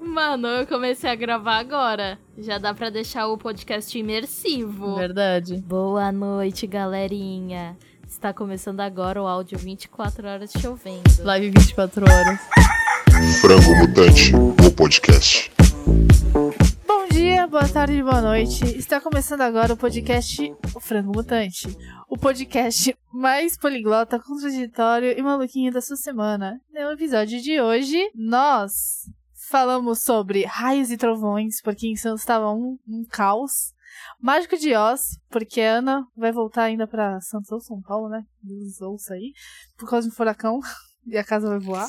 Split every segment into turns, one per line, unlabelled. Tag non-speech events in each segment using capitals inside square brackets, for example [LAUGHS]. Mano, eu comecei a gravar agora. Já dá pra deixar o podcast imersivo.
Verdade.
Boa noite, galerinha. Está começando agora o áudio 24 horas chovendo.
Live 24 horas.
Um Frango Mutante, o podcast.
Bom dia, boa tarde, boa noite. Está começando agora o podcast O Frango Mutante. O podcast mais poliglota, contraditório e maluquinho da sua semana. No episódio de hoje, nós falamos sobre raios e trovões, porque em Santos estava um, um caos. Mágico de Oz, porque a Ana vai voltar ainda pra Santos ou São Paulo, né? Deus ouça aí. Por causa de um furacão. [LAUGHS] E a casa vai voar.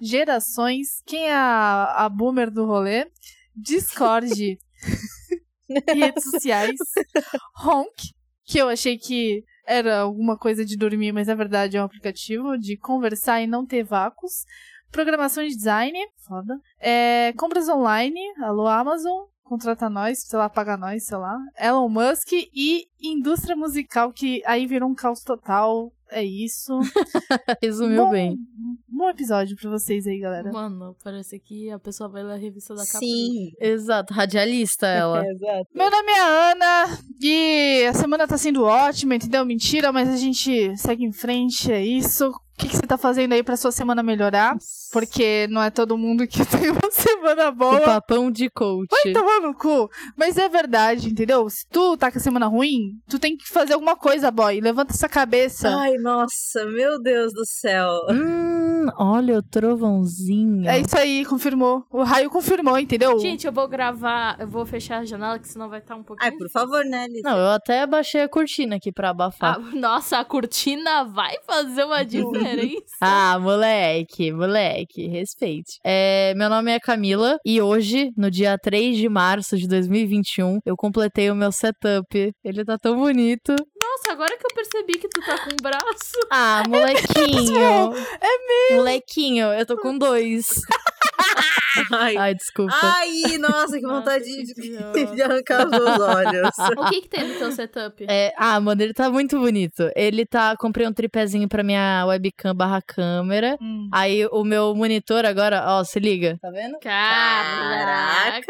Gerações. Quem é a, a boomer do rolê?
[LAUGHS]
Discord. redes sociais. Honk. Que eu achei que era alguma coisa de dormir, mas na verdade é um aplicativo de conversar e não ter vácuos. Programação de design. Foda. É, compras online. Alô, Amazon. Contrata nós, sei lá, paga nós, sei lá. Elon Musk e indústria musical, que aí virou um caos total. É isso.
[LAUGHS] Resumiu
Bom- um
bem.
Bom episódio pra vocês aí, galera.
Mano, parece que a pessoa vai ler a revista da Capri.
Sim.
Exato, radialista ela.
Exato.
Meu nome é Ana e a semana tá sendo ótima, entendeu? Mentira, mas a gente segue em frente, é isso. O que, que você tá fazendo aí pra sua semana melhorar? Porque não é todo mundo que [LAUGHS] tem uma semana
o
boa.
papão de coach.
Vai tomar no cu. Mas é verdade, entendeu? Se tu tá com a semana ruim, tu tem que fazer alguma coisa, boy. Levanta essa cabeça.
Ai, nossa, meu Deus do céu.
Hum, olha o trovãozinho.
É isso aí, confirmou. O raio confirmou, entendeu?
Gente, eu vou gravar, eu vou fechar a janela, que senão vai estar um pouquinho.
Ai, por favor, né, Liz?
Não, eu até baixei a cortina aqui
Ah,
pra
[LAUGHS]
abafar.
nossa, a cortina vai fazer uma diferença. [LAUGHS]
Ah, moleque, moleque, respeite. É, meu nome é Camila e hoje, no dia 3 de março de 2021, eu completei o meu setup. Ele tá tão bonito.
Nossa, agora que eu percebi que tu tá com um braço.
[LAUGHS] Ah, molequinho. É mesmo. Molequinho, eu tô com dois.
Ai.
Ai, desculpa.
Ai, nossa, que vontade
Nossa,
de, [LAUGHS]
que
de arrancar os
[LAUGHS]
meus olhos.
[LAUGHS] O que que tem no teu setup?
É, ah, mano, ele tá muito bonito. Ele tá. Comprei um tripézinho pra minha webcam barra câmera.
Hum.
Aí o meu monitor agora, ó, se liga. Tá vendo?
Caraca!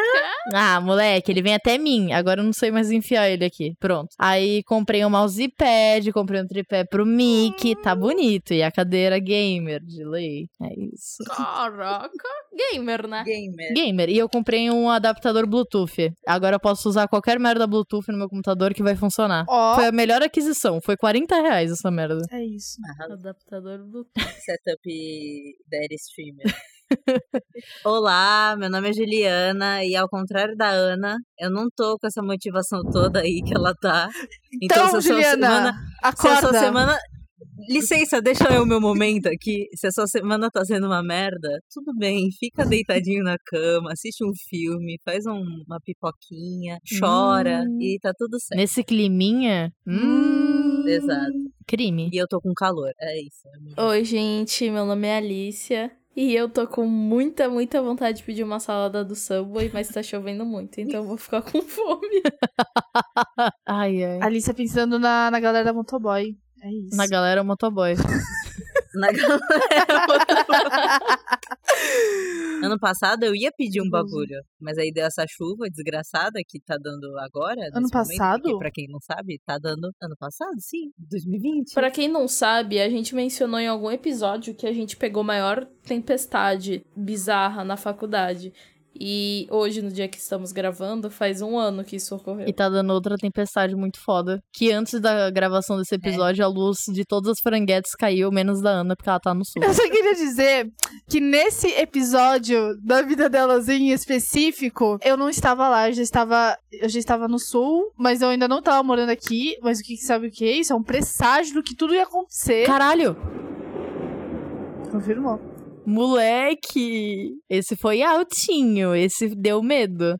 Ah, moleque, ele vem até mim. Agora eu não sei mais enfiar ele aqui. Pronto. Aí comprei um mousepad, comprei um tripé pro Mickey. Tá bonito. E a cadeira gamer de lei. É isso.
Caraca! Gamer, né?
Gamer.
Gamer. E eu comprei um adaptador Bluetooth. Agora eu posso usar qualquer merda Bluetooth no meu computador que vai funcionar.
Ó,
Foi a melhor aquisição. Foi 40 reais essa merda.
é isso.
Adaptador do.
Setup Daddy Streamer. Olá, meu nome é Juliana e ao contrário da Ana, eu não tô com essa motivação toda aí que ela tá.
Então,
se a sua
Juliana,
semana- Se a
acorda.
sua semana. Licença, deixa eu o meu momento aqui. Se a sua semana tá sendo uma merda, tudo bem, fica deitadinho na cama, assiste um filme, faz um- uma pipoquinha, chora
Hum.
e tá tudo certo.
Nesse climinha. Hum,
Exato.
crime.
E eu tô com calor, é isso. é muito-
Oi, gente, meu nome é Alicia. E eu tô com muita, muita vontade de pedir uma salada do Subway, mas tá chovendo muito, então eu vou ficar com [LAUGHS] fome.
Ai, ai.
Alice pensando na, na galera da motoboy. É isso.
Na galera um motoboy.
Na [LAUGHS] galera. ano passado eu ia pedir
Hum.
um bagulho, mas aí deu essa chuva desgraçada que tá dando agora.
Ano
nesse momento,
passado?
porque pra quem não sabe, tá dando ano passado, sim, 2020.
Pra quem não sabe, a gente mencionou em algum episódio que a gente pegou maior tempestade bizarra na faculdade. E hoje, no dia que estamos gravando, faz um ano que isso ocorreu.
E tá dando outra tempestade muito foda. Que antes da gravação desse episódio, a luz de todas as franguetes caiu, menos da Ana, porque ela tá no
[LAUGHS] [LAUGHS]
sul.
Eu só queria dizer que nesse episódio da vida delas em específico, eu não estava lá, eu já estava, eu já estava no sul, mas eu ainda não estava morando aqui. Mas o que que sabe o que é isso? É um presságio do que tudo ia acontecer.
Caralho!
Confirmou.
Moleque! Esse foi altinho, esse deu medo.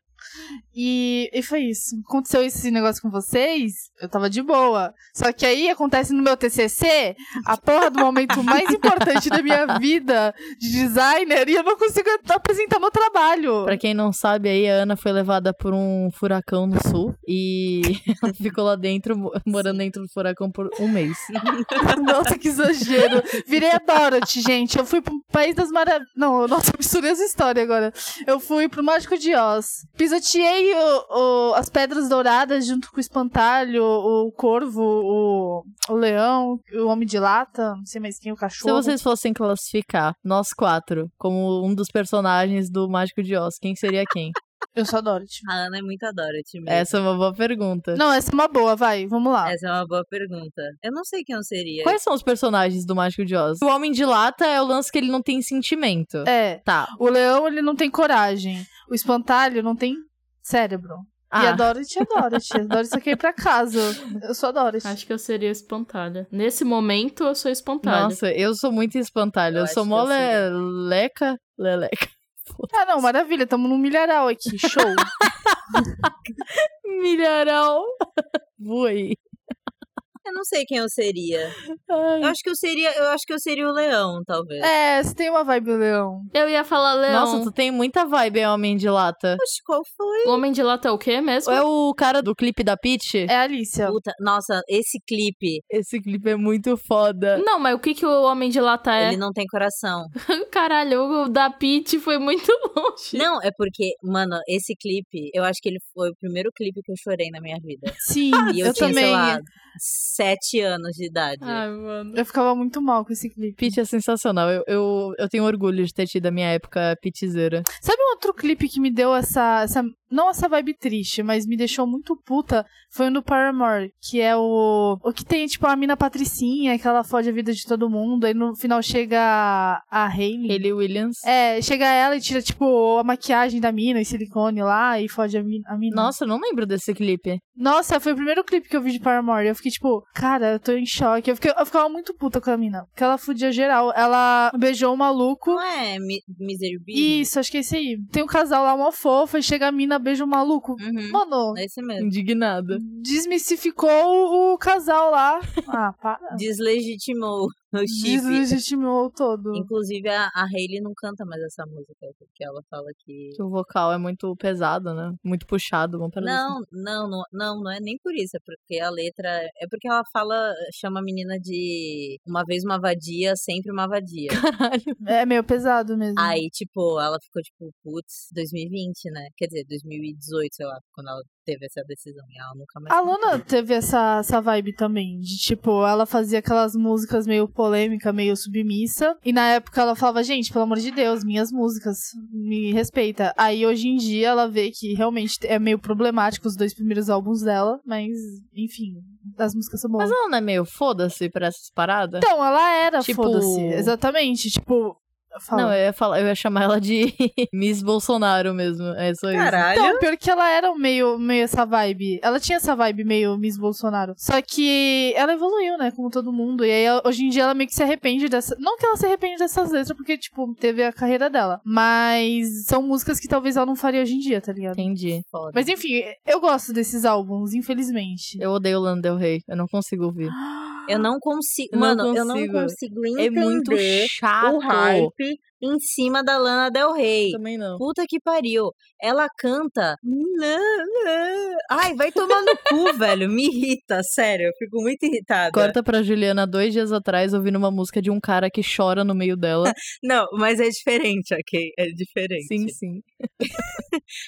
E, e foi isso. Aconteceu esse negócio com vocês, eu tava de boa. Só que aí acontece no meu TCC a porra do momento mais importante da minha vida de designer e eu não consigo at- apresentar meu trabalho.
Pra quem não sabe, aí a Ana foi levada por um furacão no sul e [LAUGHS] ela ficou lá dentro, mo- morando dentro do furacão por um mês.
[LAUGHS] Nossa, que exagero. Virei a Dorothy, gente. Eu fui pro País das Maravilhas. Não, nossa, eu misturei as histórias agora. Eu fui pro Mágico de Oz. Pisoteei o- o- as Pedras Douradas junto com o Espantalho, o Corvo, o, o Leão, o Homem de Lata, não sei mais quem, o
Se
Cachorro.
vocês fossem classificar nós quatro como um dos personagens do Mágico de Oz, quem seria quem?
Eu sou a Dorothy.
A Ana é muito a Dorothy mesmo.
Essa é uma boa pergunta.
Não, essa é uma boa, vai, vamos lá.
Essa é uma boa pergunta. Eu não sei quem eu seria.
Quais são os personagens do Mágico de Oz? O Homem de Lata é o lance que ele não tem sentimento.
É.
Tá.
O Leão, ele não tem coragem. O Espantalho não tem cérebro. E a
Ah,
Dorothy é a Dorothy. A Dorothy só quer ir pra casa. Eu sou a Dorothy.
Acho que eu seria espantalha. Nesse momento, eu sou espantalha.
nossa, eu sou muito espantalho.
Eu
Eu, sou
acho que
mó
eu seria.
leleca. Leleca.
Ah, não, maravilha, estamos num milharal aqui, show.
[LAUGHS]
Milharão. Voei.
Eu não sei quem eu seria.
Ai.
Eu acho que eu seria, eu acho que eu seria o leão, talvez.
é, você tem uma vibe, Leão.
Eu ia falar leão.
Nossa, tu tem muita vibe, hein, Homem de Lata.
Poxa, qual foi?
O Homem de Lata é o quê mesmo?
É o cara do clipe da Peach?
É a Alicia.
Puta, nossa, esse clipe,
Esse clipe é muito foda.
Não, mas o que, que o Homem de Lata é?
ele não tem coração.
Caralho, o da Pete foi muito longe.
Não, é porque, mano, esse clipe, eu acho que ele foi o primeiro clipe que eu chorei na minha vida.
[LAUGHS] Sim,
E eu,
eu,
tinha, sei
também.
lá, sete anos de idade.
Ai, mano.
Eu ficava muito mal com esse clipe.
Peach é sensacional. Eu, eu, eu tenho orgulho de ter tido a minha época pitzeira.
Sabe um outro clipe que me deu essa, essa. Não essa vibe triste, mas me deixou muito puta? Foi o do Paramore, que é o. O que tem, tipo, a mina Patricinha, que ela fode a vida de todo mundo. Aí no final chega a, a Hailey.
Ele Williams.
É, chega ela e tira, tipo, a maquiagem da mina, e silicone lá, e fode a mi- a mina.
Nossa, eu não lembro desse clipe.
Nossa, foi o primeiro clipe que eu vi de Paramore. Eu fiquei tipo, cara, eu tô em choque. Eu, fiquei- eu ficava muito puta com a mina. Porque ela fudia geral. Ela beijou o maluco.
Não é Mi- Misery Bee?
Isso, acho que é isso aí. Tem um casal lá, uma fofa, e chega a mina, beija o maluco.
Uhum,
Mano,
é esse mesmo.
Indignada.
desmistificou o casal lá. Ah, para.
Deslegitimou o [LAUGHS] chip.
Deslegitimou todo.
Inclusive, a, a Hailey não canta mais essa música, porque ela fala que.
Que o vocal é muito pesado, né? Muito puxado. Vamos parar
Não, não, não, não, não é nem por isso, é porque a letra. É porque ela fala, chama a menina de uma vez uma vadia, sempre uma vadia.
É meio pesado mesmo.
Aí, tipo, ela ficou tipo, putz, 2020, né? Quer dizer, 2018, sei lá, quando ela teve essa decisão. E ela nunca mais.
A
cantou.
Lana teve essa, essa vibe também, de tipo, ela fazia aquelas músicas meio polêmica, meio submissa. E na época ela falava, gente, pelo amor de Deus, minhas músicas, me respeita. Aí hoje em dia ela vê que realmente é meio problemático os dois primeiros álbuns dela, mas enfim, as músicas são boas.
Mas ela não é meio foda-se pra essas paradas?
Então, ela era,
Tipo-
foda-se. Exatamente, tipo. fala.
Não, eu ia, falar, eu ia chamar ela de [LAUGHS] Miss Bolsonaro mesmo. É só isso.
Caralho!
Então, pior que ela era meio, meio essa vibe. Ela tinha essa vibe meio Miss Bolsonaro. Só que ela evoluiu, né? Como todo mundo. E aí, ela- hoje em dia, ela meio que se arrepende dessa. Não que ela se arrepende dessas letras, porque, tipo, teve a carreira dela. Mas são músicas que talvez ela não faria hoje em dia, tá ligado?
Entendi.
Foda.
Mas enfim, eu gosto desses álbuns, infelizmente.
Eu odeio Lana Del Rey. Eu não consigo ouvir.
Ah, Eu não consigo.
Não
Mano, eu não
consigo.
consigo entender
É muito chato.
o hype em cima da Lana Del Rey.
Também não.
Puta que pariu. Ela canta. Ai, vai tomar no cu, velho. Me irrita, sério. Eu fico muito irritada.
Corta pra Juliana dois dias atrás ouvindo uma música de um cara que chora no
[LAUGHS]
meio dela.
Não, mas é diferente, ok? É diferente.
sim, sim.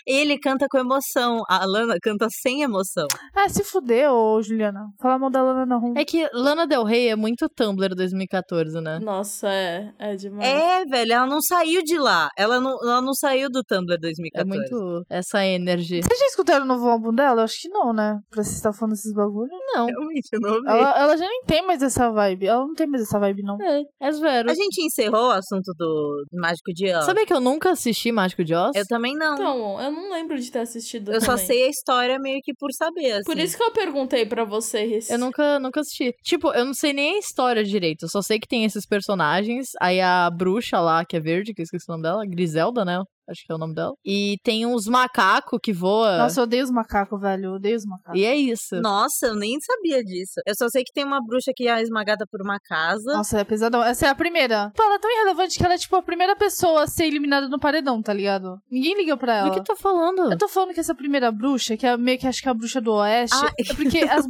Ele canta com emoção. A Lana canta sem emoção.
Ah, se fuder, ô Juliana. Fala mal da Lana na rua.
É que Lana Del Rey é muito Tumblr 2014, né?
Nossa, é, é demais.
É, velho, ela não saiu de lá. Ela não, ela não saiu do Tumblr
É
2014.
muito essa energy.
Vocês já escutaram o novo álbum dela? Eu acho que não, né? Pra vocês estar falando esses bagulho.
[LAUGHS]
Não,
Realmente, eu não ouvi.
Ela, ela já nem tem mais essa vibe. Ela não tem mais essa vibe, não.
é zero.
A gente encerrou o assunto do Mágico de Oz.
Sabia que eu nunca assisti Mágico de Oz?
Eu também não.
Então, eu não lembro de ter assistido
eu só
também.
sei a história meio que por saber, assim.
Por isso que eu perguntei pra vocês.
Eu nunca, nunca assisti. Tipo, eu não sei nem a história direito. Eu só sei que tem esses personagens. Aí a bruxa lá, que é verde, que eu esqueci o nome dela, Griselda, né? acho que é o nome dela. E tem uns macacos que voam.
Nossa, eu odeio os macacos, velho. Eu odeio os macacos.
E é isso.
Nossa, eu nem sabia disso. Eu só sei que tem uma bruxa que é esmagada por uma casa.
Nossa, é pesadão. Essa é a primeira. Pô, ela é tão irrelevante que ela é tipo a primeira pessoa a ser eliminada no paredão, tá ligado? Ninguém liga pra ela. É
Do que tu tá falando?
Eu tô falando que essa primeira bruxa, que é meio que acho que é a bruxa do oeste,
Ah.
é porque as-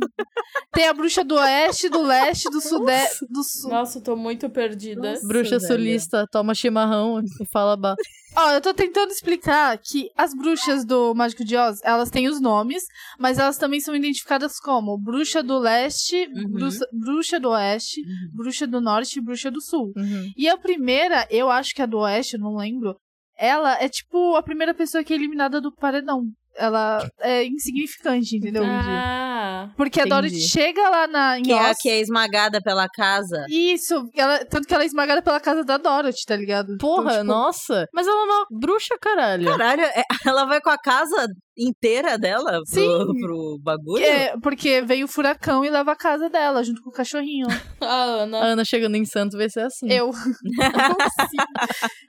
tem a bruxa do oeste, do leste, do sudeste, do sul.
Nossa, eu tô muito perdida.
Nossa.
Bruxa
velho.
sulista, toma chimarrão e fala
[LAUGHS]
ba...
Ó, eu tô tentando explicar que as bruxas do Mágico de Oz, elas têm os nomes, mas elas também são identificadas como bruxa do leste,
Uhum.
bruxa, bruxa do oeste, bruxa do norte e bruxa do sul.
Uhum.
E a primeira, eu acho que é a do Oeste, eu não lembro. Ela é tipo a primeira pessoa que é eliminada do paredão. Ela é insignificante, entendeu?
Ah,
Porque a
entendi.
Dorothy chega lá na, em
Que é a
Oz-
que é esmagada pela casa.
Isso, ela, tanto que ela é esmagada pela casa da Dorothy, tá ligado?
Porra,
Então, tipo,
nossa. Mas ela é uma bruxa, caralho.
Caralho, é- [LAUGHS] ela vai com a casa inteira dela pro,
Sim.
pro bagulho?
É, porque veio o furacão e leva a casa dela, junto com o cachorrinho.
a
A
Ana.
Ana chegando em Santo vai ser assim.
Eu. [LAUGHS] Sim.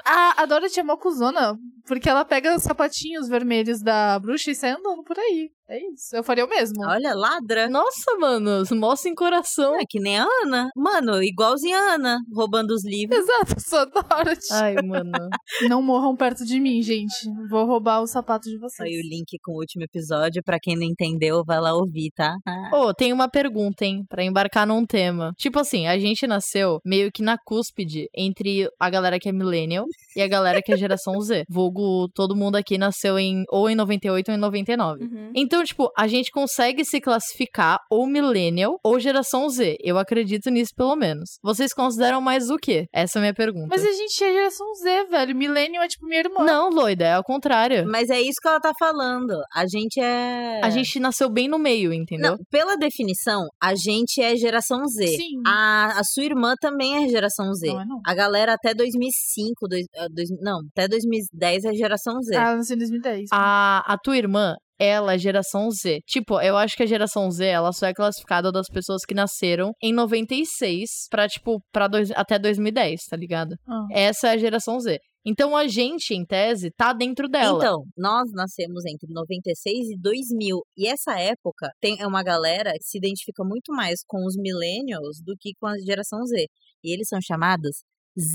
a, a Dorothy é mó cuzona, porque ela pega os sapatinhos vermelhos da bruxa e sai andando por aí. É isso. Eu faria o mesmo.
Olha,
né?
ladra.
Nossa, mano, mó sem coração.
É que nem a Ana. Mano, igualzinha a Ana, roubando os livros.
[LAUGHS] Exato, sou a Dorothy.
Ai, mano.
Ah, Não morram perto de mim, gente. Vou roubar o sapato de vocês.
Saiu o link com o último episódio. Pra quem não entendeu, vai lá ouvir, tá? Ah,
Ô, tem uma pergunta, hein, pra embarcar num tema. Tipo assim, a gente nasceu meio que na cúspide entre a galera que é millennial e a galera que é geração Z. Vulgo, todo mundo aqui nasceu em ou em 98 ou em 99.
Uhum.
Então, tipo, a gente consegue se classificar ou millennial ou geração Z. Eu acredito nisso, pelo menos. Vocês consideram mais o quê? Essa é a minha pergunta.
Mas a gente é geração Z, velho. Millennium é tipo minha irmã.
Não, loida, é ao contrário.
Mas é isso que ela tá falando. A gente é.
A gente nasceu bem no meio, entendeu?
Não, pela definição, a gente é geração Z.
Sim.
A, a sua irmã também é geração Z.
Não é não.
A galera até 2005, dois, ah, dois- não, até 2010 é geração Z.
Ah, nasceu em 2010.
A, a tua irmã, ela é geração Z. Tipo, eu acho que a geração Z, ela só é classificada das pessoas que nasceram em 96 pra, tipo, pra dois, até 2010, tá ligado?
Ah.
Essa é a geração Z. Então a gente, em tese, tá dentro
é
dela.
Então, nós nascemos entre 96 e 2000. E essa época tem é uma galera que se identifica muito mais com os millennials do que com a geração Z. E eles são chamados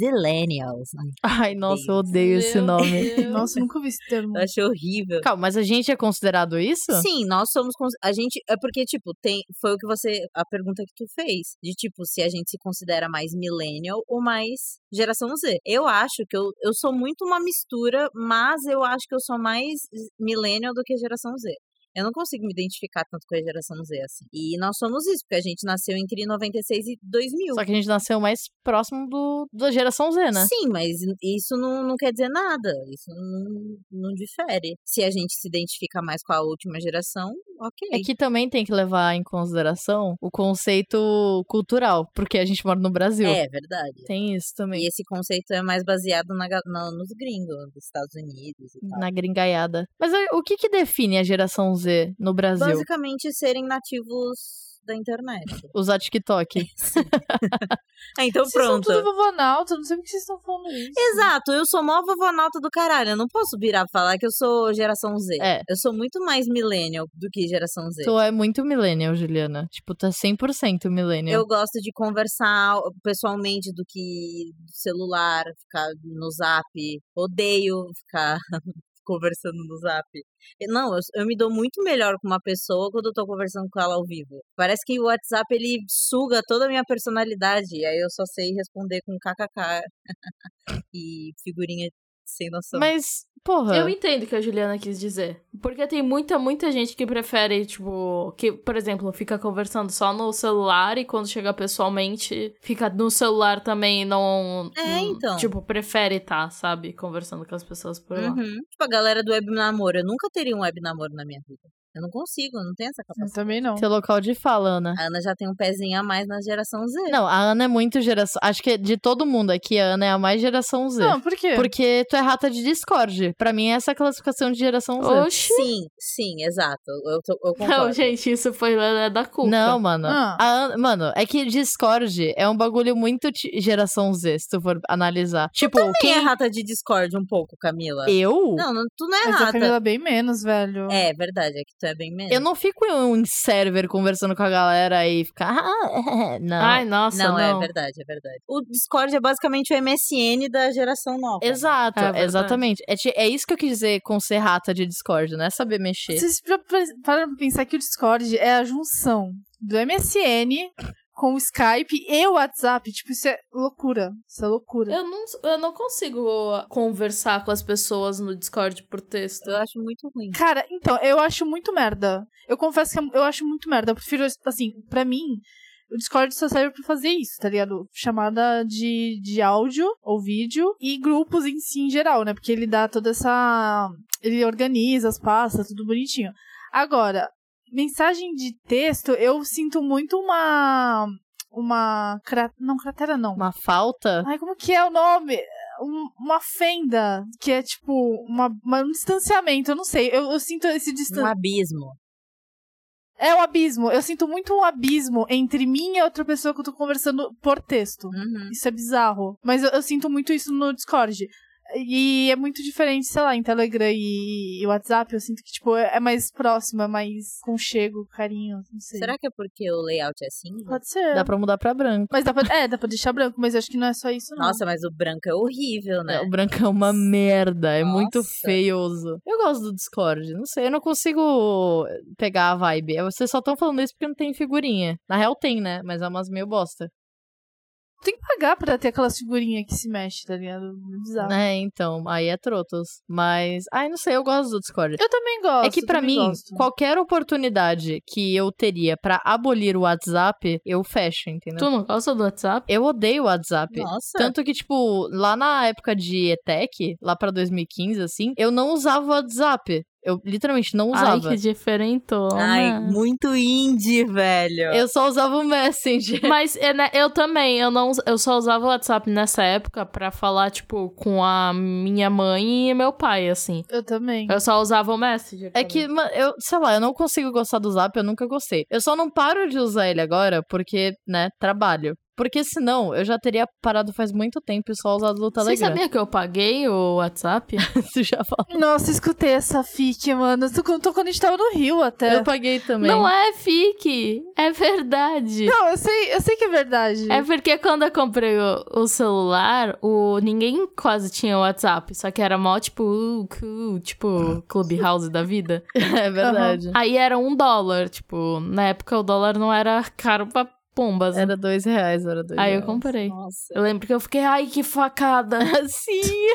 Zillennials. Ai,
[LAUGHS] Ai, nossa, eu
Meu
odeio esse
Meu
nome.
[LAUGHS]
Deus.
Nossa, nunca vi esse termo.
eu achei horrível.
Calma, mas a gente é considerado isso?
Sim, nós somos. cons- A gente. É porque, tipo, tem. Foi o que você. A pergunta que tu fez. De tipo, se a gente se considera mais millennial ou mais geração Z. Eu acho que eu, eu sou muito uma mistura, mas eu acho que eu sou mais millennial do que geração Z. Eu não consigo me identificar tanto com a geração Z assim. E nós somos isso, porque a gente nasceu entre 96 e 2000.
Só que a gente nasceu mais próximo do, da geração Z, né?
Sim, mas isso não, não quer dizer nada. Isso não, não difere. Se a gente se identifica mais com a última geração, ok.
É que também tem que levar em consideração o conceito cultural, porque a gente mora no Brasil.
é verdade.
Tem isso também.
E esse conceito é mais baseado na, ga- na- nos gringos, dos Estados Unidos e tal.
na gringaiada. Mas aí, o que que define a geração Z no Brasil?
Basicamente, serem nativos da internet.
Usar TikTok. É,
Ah, então
Vocês são
pronto.
tudo vovonauta, não sei por que vocês estão falando isso.
Exato, eu sou mó vovonauta do caralho. Eu não posso virar e falar que eu sou geração Z.
É.
Eu sou muito mais millennial do que geração Z.
tu é muito millennial, Juliana. Tipo, tu é 100% millennial.
Eu gosto de conversar pessoalmente do que do celular, ficar no zap. Odeio ficar [LAUGHS] conversando no zap. Eu- Não, eu, eu me dou muito melhor com uma pessoa quando eu tô conversando com ela ao vivo. Parece que o WhatsApp ele suga toda a minha personalidade. Aí eu só sei responder com kkk [LAUGHS] e figurinha sem noção.
Mas,
Ah.
porra.
Eu entendo o que a Juliana quis dizer. Porque tem muita, muita gente que prefere, tipo, que, por exemplo, fica conversando só no celular e quando chega pessoalmente, fica no celular também e não.
É,
não-
então.
Tipo, prefere estar, sabe, conversando com as pessoas por lá.
Uhum. Tipo, a galera do web namoro. Eu nunca teria um web namoro na minha vida. Eu não consigo, eu não tenho essa
Eu
capacidade.
também não.
Seu local de fala, Ana.
A Ana já tem um pezinho a mais na geração Z.
Não, a Ana é muito geração. Acho que de todo mundo aqui, a Ana é a mais geração Z.
Não, por quê?
Porque tu é rata de Discord. Pra mim, essa é a classificação de geração Z.
Oxi.
Sim, sim, exato. Eu, tô- eu concordo.
Não, gente, isso foi lá da culpa.
Não, mano.
Ah.
A Ana- mano, é que Discord é um bagulho muito ti- geração Z, se tu for analisar. Tipo,
Quem é
quem.
rata de Discord um pouco, Camila?
Eu?
Não, não, tu não é
Mas a
rata.
Camila bem menos, velho.
É verdade, é que tu é bem menos.
Eu não fico em um server conversando com a galera e ficar. "Ah, [LAUGHS] não.
Ai, nossa,
Não,
não.
é verdade, é verdade. O Discord é basicamente o MSN da geração nova.
Exato,
É verdade.
exatamente. É, ti- é isso que eu quis dizer com ser rata de Discord, não é saber mexer.
Vocês já pre- pararam pra pensar que o Discord é a junção do MSN com o Skype e o WhatsApp. Tipo, isso é loucura. Isso é loucura.
Eu não, eu não consigo conversar com as pessoas no Discord por texto.
Eu acho muito ruim. Um
Cara, então, eu acho muito merda. Eu confesso que é eu- eu acho muito merda. Eu prefiro, assim, pra mim, o Discord só serve pra fazer isso, tá ligado? Chamada de, de áudio ou vídeo e grupos em si em geral, né? Porque ele dá toda essa. Ele organiza as pastas, tudo bonitinho. Agora, mensagem de texto, eu sinto muito uma. Uma. cra- Não, cratera não.
Uma falta?
Ai, como que é o nome? Um- uma fenda, que é tipo uma, uma- um distanciamento, eu não sei. Eu, eu sinto esse
Um
distanciamento.
abismo.
É um abismo. Eu sinto muito um abismo entre mim e a outra pessoa que eu tô conversando por texto.
Uhum.
Isso é bizarro. Mas eu, eu sinto muito isso no Discord. E é muito diferente, sei lá, em Telegram e, e WhatsApp. Eu sinto que, tipo, é, é mais próximo, é mais conchego, carinho, não sei.
Será que é porque o layout é assim?
Pode ser.
Dá pra mudar pra branco.
Mas dá pra, é, dá pra deixar branco, mas eu acho que não é só isso, não.
Nossa, mas o branco é horrível, né?
O branco é uma merda, é muito
Nossa.
feioso. Eu gosto do Discord, não sei, eu não consigo pegar a vibe. É, Vocês só estão falando isso porque não tem figurinha. Na real tem, né? Mas é umas meio bosta.
Tem que pagar pra ter aquelas figurinhas que se mexe, tá ligado? É Bizarro.
É, então, aí é trotos. Mas, ai, não sei, eu gosto do Discord.
Eu também gosto.
é que
eu
pra
também
mim,
gosto.
qualquer oportunidade que eu teria pra abolir o WhatsApp, eu fecho, entendeu?
Tu não gosta do WhatsApp?
Eu odeio o WhatsApp.
Nossa.
Tanto que, tipo, lá na época de ETEC, lá pra 2015, assim, eu não usava o WhatsApp. Eu literalmente não
Ai,
usava.
que diferentona.
Ai, muito indie, velho.
Eu só usava o Messenger.
Mas é, né, eu também, eu, não, us- eu só usava o WhatsApp nessa época pra falar, tipo, com a minha mãe e meu pai, assim.
Eu também.
Eu só usava o Messenger.
É
também.
que, ma- eu, sei lá, eu não consigo gostar do Zap, eu nunca gostei. Eu só não paro de usar ele agora porque, né, trabalho. Porque senão eu já teria parado faz muito tempo e só usado o
Você
Telegram.
sabia que eu paguei o [LAUGHS] WhatsApp?
[LAUGHS] Você já falou.
Nossa, escutei essa fic, mano. Tu contou quando a gente tava no Rio até.
Eu paguei também.
Tá. Não é fique, é verdade.
Não, eu sei, eu sei que é verdade.
É porque quando eu comprei o, o celular, o, ninguém quase tinha WhatsApp. Só que era mó, tipo, uh, cool, tipo, Clubhouse da vida.
É verdade.
Aí era um dólar, tipo, na época o dólar não era caro pra pombas. né?
Era dois reais, era dois
Aí eu
reais.
comprei. [LAUGHS]
Nossa.
Eu lembro que eu fiquei, ai, que facada.
[LAUGHS] Sim!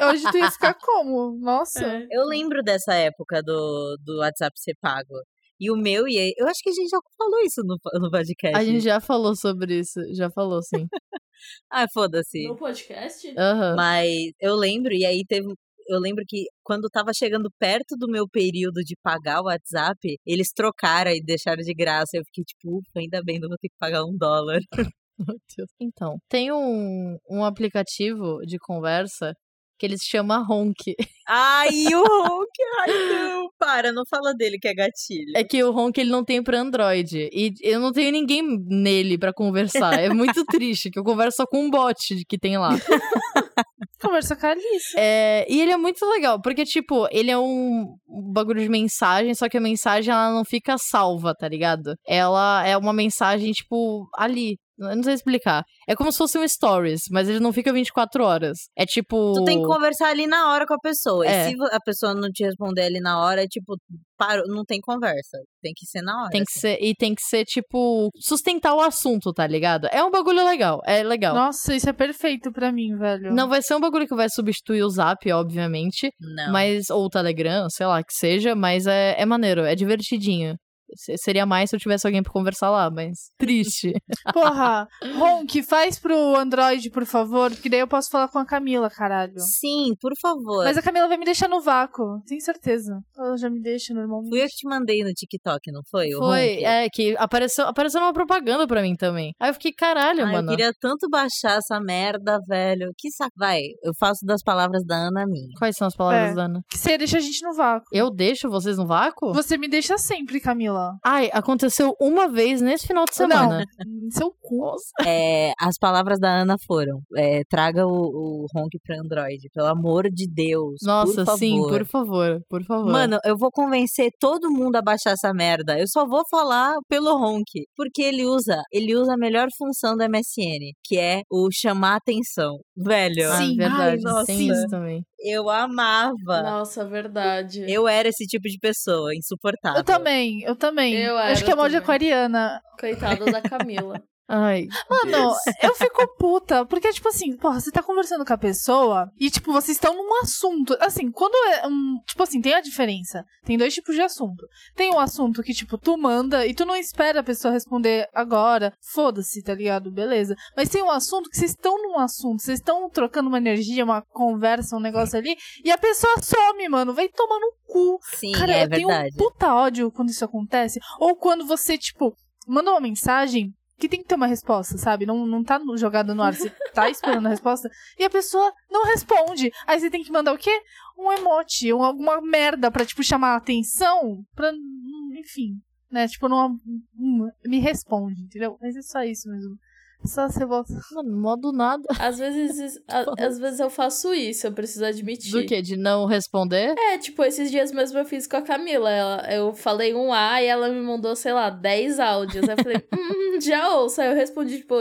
É.
Hoje tu ia ficar como? Nossa.
Eu lembro dessa época do, do WhatsApp ser pago. E o meu e eu acho que a gente já falou isso no, no podcast.
A gente já falou sobre isso. Já falou, sim.
Ah, foda-se.
podcast? [LAUGHS]
Aham.
Mas eu lembro, e aí teve. Eu lembro que quando tava chegando perto do meu período de pagar o WhatsApp, eles trocaram e deixaram de graça. Eu fiquei tipo, ufa, ainda bem, não vou ter que pagar um dólar.
Meu Deus. Então, tem um, um aplicativo de conversa que eles chamam Honk. [LAUGHS]
Ai, o Hulk, ai não, para, não fala dele que é gatilho.
É que o Honk ele não tem pra Android. E eu não tenho ninguém nele pra conversar. É muito triste que eu converso só com um bot que tem lá.
Conversa com a Alice.
É, e ele é muito legal, porque, tipo, ele é um um bagulho de mensagem, só que a mensagem ela não fica salva, tá ligado? Ela é uma mensagem, tipo, ali. Eu não sei explicar. É como se fosse um stories, mas ele não fica 24 horas. É tipo.
Tu tem que conversar ali na hora com a pessoa.
É.
E se vo- a pessoa não te responder ali na hora, é tipo, parou, não tem conversa. Tem que ser na hora. assim,
Tem que ser, e tem que ser, tipo, sustentar o assunto, tá ligado? É um bagulho legal, é legal.
Nossa, isso é perfeito pra mim, velho.
Não vai ser um bagulho que vai substituir o Zap, obviamente,
Não.
mas ou o Telegram, sei lá, que seja, mas é, é maneiro, é divertidinho. Se- Seria mais se eu tivesse alguém pra conversar lá,
[LAUGHS]
mas triste.
Porra, Ronk, faz pro Android, por favor, porque daí eu posso falar com a Camila, caralho.
Sim, por favor.
Mas a Camila vai me deixar no vácuo, tenho certeza. Ela já me deixa normalmente.
Fui eu que te mandei no TikTok, não foi? o
Foi,
Ronk?
é, que apareceu, apareceu uma propaganda pra mim também. Aí eu fiquei, caralho,
Ai,
mano.
Ah, Eu queria tanto baixar essa merda, velho. Que saco. Vai, eu faço das palavras da Ana minha.
Quais são as palavras,
É.
da Ana?
Que você deixa a gente no vácuo.
Eu deixo vocês no vácuo?
Você me deixa sempre, Camila.
Ai, aconteceu uma vez nesse final de semana.
Não, seu cu.
É, as palavras da Ana foram: é, traga o, o Honk pra Android, pelo amor de Deus.
Nossa,
por favor.
sim, por favor, por favor.
Mano, eu vou convencer todo mundo a baixar essa merda. Eu só vou falar pelo Honk, porque ele usa, ele usa a melhor função do MSN, que é o chamar atenção. Velho,
Ah,
sim, ai,
verdade,
nossa.
tem isso também.
eu amava.
Nossa, verdade.
Eu era esse tipo de pessoa, insuportável.
Eu também, eu também.
Eu
Acho
era
que é mal de
também.
aquariana.
Coitada da Camila.
Ai,
Mano, [LAUGHS] eu fico puta, porque, tipo assim, porra, você tá conversando com a pessoa e, tipo, vocês estão num assunto. Assim, quando é um. Tipo assim, tem a diferença. Tem dois tipos de assunto. Tem um assunto que, tipo, tu manda e tu não espera a pessoa responder agora. Foda-se, tá ligado? Beleza. Mas tem um assunto que vocês estão num assunto, vocês estão trocando uma energia, uma conversa, um negócio ali, e a pessoa some, mano, vai tomar no cu.
Sim,
Cara,
é
eu
verdade.
[LAUGHS] tenho um puta ódio quando isso acontece. Ou quando você, tipo, manda uma mensagem que tem que ter uma resposta, sabe? Não, não tá no- jogado no ar,
[LAUGHS]
você tá esperando a resposta e a pessoa não responde. Aí você tem que mandar o quê? Um emote, ou alguma merda pra, tipo, chamar a atenção, pra, hum, enfim, né? Tipo, não hum, me responde, entendeu? Mas é só isso mesmo. Só você volta.
mano, mó do nada.
Às vezes, is- a- às vezes eu faço isso, eu preciso admitir.
Do que? De não responder?
É, tipo, esses dias mesmo eu fiz com a Camila. Ela- eu falei um A e ela me mandou, sei lá, 10 áudios. Aí eu falei, [LAUGHS] hum, já ouço. Aí eu respondi, tipo,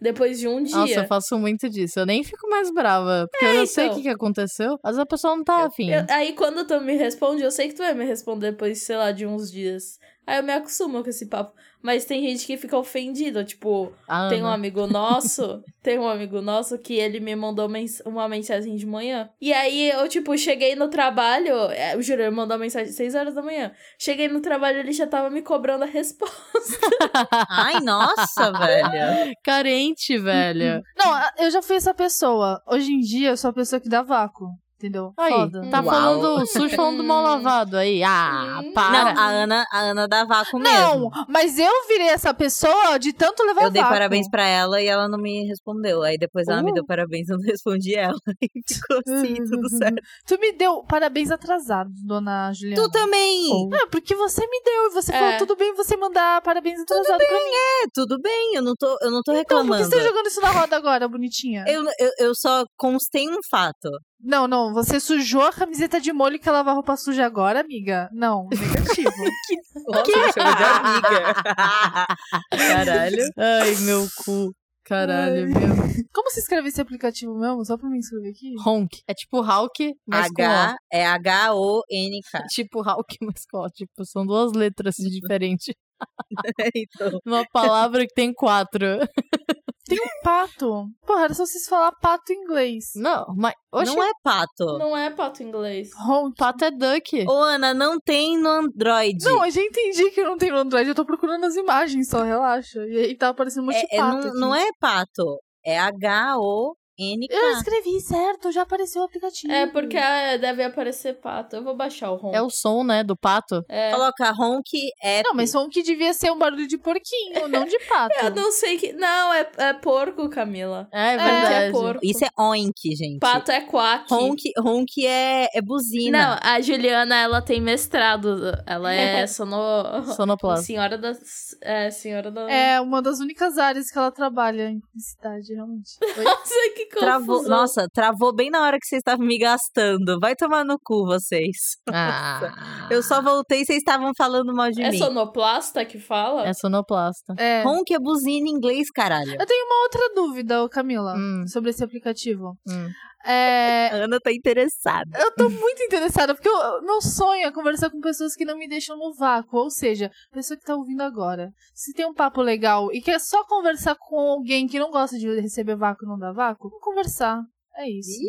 depois de um dia.
Nossa, eu faço muito disso. Eu nem fico mais brava. Porque eu não sei o
então.
que, que aconteceu, mas a pessoa não tá afim.
Eu- aí quando tu me responde, eu sei que tu vai me responder depois, sei lá, de uns dias. Aí eu me acostumo com esse papo. Mas tem gente que fica ofendida, tipo,
A
tem um
Ana.
amigo nosso, tem um amigo nosso que ele me mandou mens- uma mensagem de manhã. E aí eu, tipo, cheguei no trabalho, é, eu juro, ele mandou uma mensagem 6 horas da manhã. Cheguei no trabalho, ele já tava me cobrando a resposta.
Ai, nossa, velho.
É Carente,
É.
velho.
Não, a- eu já fui essa pessoa. Hoje em dia eu sou a pessoa que dá vácuo, entendeu?
Aí,
Foda.
tá
Uau.
falando sujo, falando mal lavado aí. Ah,
Hum.
para.
Não, a Ana, a Ana dá vácuo
Não,
mesmo.
mas eu virei essa pessoa de tanto levar
Eu dei
vácuo. Uh.
parabéns pra ela e ela não me respondeu. Aí depois ela me deu parabéns, eu não [LAUGHS] respondi ela. E ficou assim, tudo
Uhum.
certo.
Tu me deu parabéns atrasados, dona Juliana.
Tu tá- também!
É, porque você me deu. e Você
É.
falou, tudo bem você mandar parabéns atrasado pra mim.
É, tudo bem, eu não tô, eu não tô
Então, por que
reclamando.
você tá jogando isso na roda agora, bonitinha?
eu, eu, eu só constei um fato.
Não, não, você sujou a camiseta de molho que lava roupa suja agora, amiga.
[LAUGHS]
Não, negativo.
Nossa, me chamou de amiga. [LAUGHS] Caralho.
Ai, meu cu. Caralho, viu?
Como se escreve esse aplicativo mesmo? Só pra me inscrever aqui?
Honk. É tipo Hulk, [LAUGHS] mas com O.
H, é
[LAUGHS]
H-O-N-K.
Tipo Hulk, mas com O. Tipo, são duas letras diferentes.
Então,
Uma palavra que tem quatro.
Tem um pato. Porra, era só vocês falar pato em inglês.
Não, mas... Oxe,
não é pato.
Não é pato inglês.
Honk.
pato é duck.
Ô, Ana, não tem no Android.
Não, eu já entendi que não tem no Android. Eu tô procurando as imagens só, relaxa. E aí tá aparecendo um monte de
É- é,
pato
não,
aqui.
não é pato, é
Eu
H-O-N-K.
escrevi certo, já apareceu o aplicativo.
É, porque ah, deve aparecer pato. Eu vou baixar o rom.
É o som, né, do pato.
É.
Coloca Honk app.
Não, mas som que devia ser um barulho de porquinho, não de pato.
[LAUGHS] É, Eu não sei que. Não, é, é porco, Camila. Honk
É,
É,
verdade.
porco.
Isso é oink, gente.
Pato é quack.
Honk, honk é, é buzina.
Não, a Juliana, ela tem mestrado. Ela é sono...
Sonoplasma.
senhora da... É, senhora da...
É uma das únicas áreas que ela trabalha em publicidade, realmente.
[LAUGHS]
Oi?
Nossa, que né?
Travou,
confusão.
nossa, travou bem na hora que vocês estavam me gastando. Vai tomar no cu vocês.
Ah.
Eu só voltei e vocês estavam falando mal de
É
mim.
sonoplasta que fala?
É sonoplasta.
É.
Honk é buzina em inglês,
[LAUGHS]
caralho.
Eu tenho uma outra dúvida, ô Camila,
Hum.
sobre esse aplicativo.
[LAUGHS] Hum.
É,
A Ana tá interessada.
Eu tô muito interessada, porque eu- meu sonho é conversar com pessoas que não me deixam no vácuo. Ou seja, pessoa que tá ouvindo agora. Se tem um papo legal e quer só conversar com alguém que não gosta de receber vácuo e não dá vácuo, vamos conversar. É isso.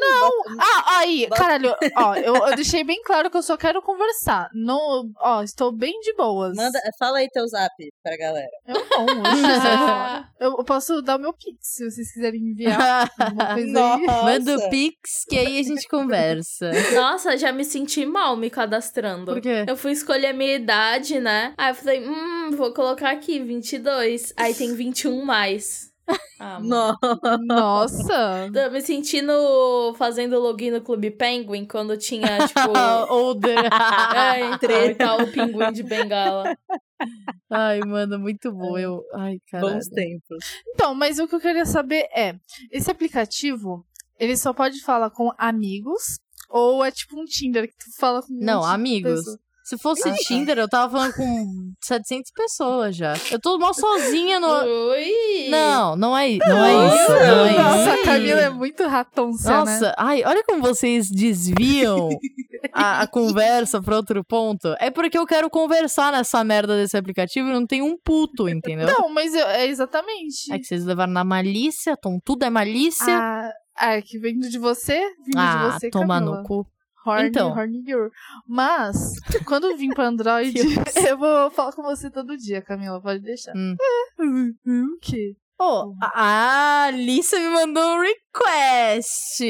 Não!
Ah, aí,
Bota-
caralho,
[LAUGHS]
ó, eu, eu deixei bem claro que eu só quero conversar. Não, ó, estou bem de boas. É
Manda, é fala aí teu zap pra galera.
Eu não, eu
[LAUGHS]
não sei falar. eu, eu posso dar o meu pix, se vocês quiserem enviar
[LAUGHS]
alguma coisa aí.
[LAUGHS] Manda o Pix, que aí a gente conversa.
Nossa, já me senti mal me cadastrando.
Por quê?
Eu fui escolher a minha idade, né? Aí eu falei, hum, vou colocar aqui, 22. Aí tem 21 mais. Ah, mano.
Nossa!
Nossa!
Tô me sentindo fazendo login no Clube Penguin quando tinha, tipo.
Ah, [LAUGHS] Older.
é, então,
Treta.
tá o pinguim de bengala.
Ai, mano, muito bom. Eu... Ai, caralho.
Bons tempos.
Então, mas o que eu queria saber é, esse aplicativo, ele só pode falar com amigos ou é tipo um Tinder que tu fala com um
Não,
monte de
amigos.
pessoa?
Se fosse
Ah, tá.
Tinder, eu tava falando com 700 pessoas já. Eu tô mal sozinha no...
Ui!
Não, não é, i- não é isso.
Nossa,
Não é isso.
Nossa, a Camila é muito ratonça, né?
Nossa, ai, olha como vocês desviam a, a conversa pra outro ponto. É porque eu quero conversar nessa merda desse aplicativo e não tem um puto, entendeu?
Não, mas eu- é exatamente.
É que vocês levaram na malícia, tom, tudo é malícia.
Ah, ah, que vindo de você, vindo de
Ah,
você,
toma
Camila.
no cu.
Horny,
Então.
horny girl. Mas, quando eu vim pra
[LAUGHS]
Android, [LAUGHS] eu vou falar com você todo dia, Camila, pode deixar.
Hum.
É, hum, hum, O quê?
Ô, a a Alice me mandou um request.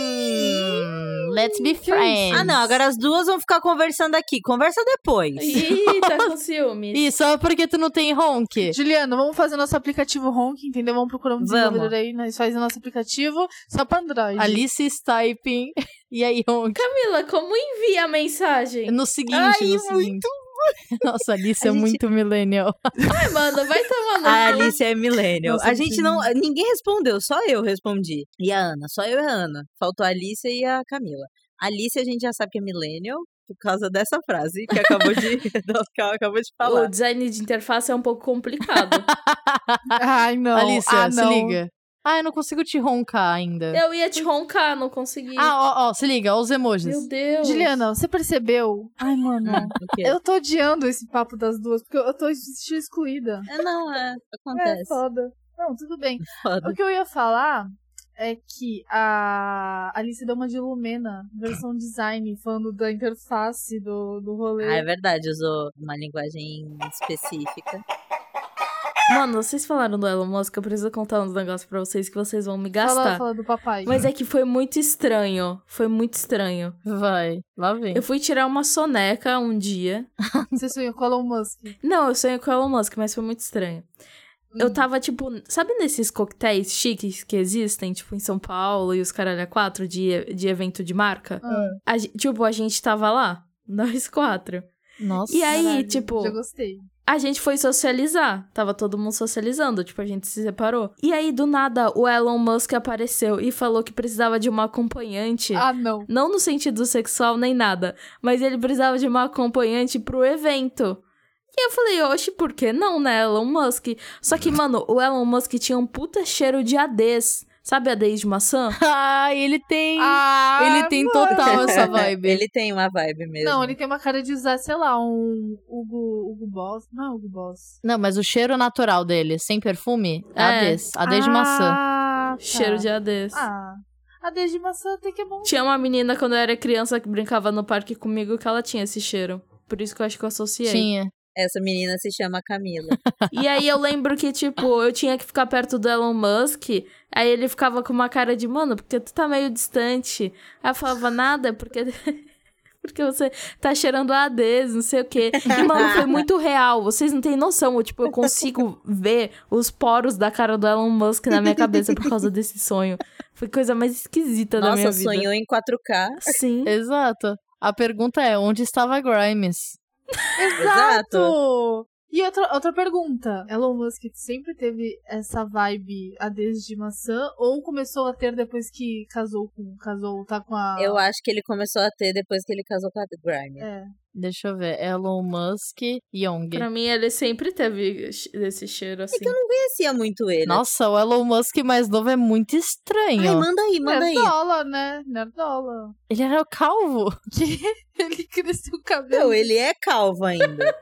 Hum, let's be friends.
Ah, não, agora as duas vão ficar conversando aqui. Conversa depois.
Ih, tá com ciúmes.
Ih, só porque tu não tem ronque.
Juliano, vamos fazer nosso aplicativo Honk, entendeu? Vamos procurar um
Vamos.
desenvolvedor aí, nós fazemos nosso aplicativo só pra Android.
Alice is typing. [LAUGHS] E aí, ronque.
Camila, como envia a
[LAUGHS]
mensagem?
No seguinte,
Ai,
no seguinte. [LAUGHS] Nossa, a Alice é
A gente-
muito millennial.
Ai, mano, vai tomar no [LAUGHS]
A
cu.
Alice é millennial.
Nossa,
a gente não. Ninguém respondeu, só eu respondi. E a Ana, só eu e a Ana. Faltou a Alice e a Camila. A Alice a gente já sabe que é millennial por causa dessa frase que acabou de, [LAUGHS] que ela acabou de
O
falar.
design de interface é um pouco complicado.
[LAUGHS] Ai, não.
Alice,
ah,
se
não.
liga. Ah, eu não consigo te roncar ainda.
Eu ia te roncar, não consegui.
Ah, ó, ó, se liga, ó os emojis.
Meu Deus.
Juliana, você percebeu? Ai,
[LAUGHS]
mano.
O quê?
eu tô odiando esse papo das duas, porque eu- eu tô me sentindo excluída.
É, não, é.
É,
Acontece.
foda. Não, tudo bem.
Foda.
O que eu ia falar é que a Alice deu uma de Lumena, versão design, falando da interface do, do rolê.
Ah, é verdade, usou uma linguagem específica.
Mano, vocês falaram do Elon Musk, eu preciso contar uns negócios pra vocês que vocês vão me gastar.
fala, fala do papai.
Mas é que foi muito estranho. Foi muito estranho.
Vai, lá vem.
Eu fui tirar uma soneca um dia.
Você sonhou com o Elon Musk.
Não, eu sonhei com o Elon Musk, mas foi muito estranho.
Hum.
Eu tava, tipo, sabe nesses coquetéis chiques que existem, tipo, em São Paulo e os caralho a quatro de, de evento de marca?
Ah.
A gen- tipo, a gente tava lá, [LAUGHS] nós quatro.
Nossa.
E aí,
Caralho,
tipo,
Já gostei.
a gente foi socializar. Tava todo mundo socializando, tipo, a gente se separou. E aí, do nada, o Elon Musk apareceu e falou que precisava de uma acompanhante.
Ah, não.
Não no sentido sexual nem nada, mas ele precisava de uma acompanhante pro evento. E eu falei, oxe, por que não, né, Elon Musk? Só que, mano, o Elon Musk tinha um puta cheiro de ADs. Sabe ADs de maçã?
[LAUGHS] Ai, ele tem.
Ah,
ele tem total
[LAUGHS]
essa vibe.
Ele tem uma vibe
[LAUGHS]
mesmo.
Não, ele tem uma cara de usar, sei lá, um Hugo, Hugo Boss. Não é Hugo Boss.
Não, mas o cheiro natural dele, sem perfume, é
É.
ADs. ADs
Ah,
de maçã.
Ah, tá.
Cheiro de ADs.
Ah, a D de maçã até que é
[LAUGHS]
bom.
Tinha uma menina quando eu era criança que brincava no parque comigo que ela tinha esse cheiro. Por isso que eu acho que eu associei.
Tinha.
Essa menina se chama Camila.
E aí eu lembro que, tipo, eu tinha que ficar perto do Elon Musk. Aí ele ficava com uma cara de, mano, porque tu tá meio distante. Aí eu falava, nada, porque. [LAUGHS] Porque você tá cheirando a ADs, não sei o quê. E, mano, foi muito real. Vocês não têm noção. Eu, tipo, eu consigo ver os poros da cara do Elon Musk na minha cabeça por causa desse sonho. Foi a coisa mais esquisita da minha
Nossa,
vida.
sonhou em 4K.
Sim.
Exato. A pergunta é: onde estava Grimes?
Exato.
Exato. E outra, outra pergunta. Elon Musk sempre teve essa vibe a desde de maçã ou começou a ter depois que casou com casou tá com a
Eu acho que ele começou a ter depois que ele casou com a Grime.
É.
Deixa eu ver. Elon Musk
[LAUGHS]
Young.
Pra mim, ele sempre teve ch- esse cheiro assim.
Conhecia muito ele. é
Nossa, o Elon Musk mais novo é muito
Ai,
estranho.
manda aí, manda aí.
Nerdola, né? Nerdola. [LAUGHS]
Ele era
[LAUGHS]
calvo.
Que ele cresceu o cabelo.
Meu, ele é calvo ainda.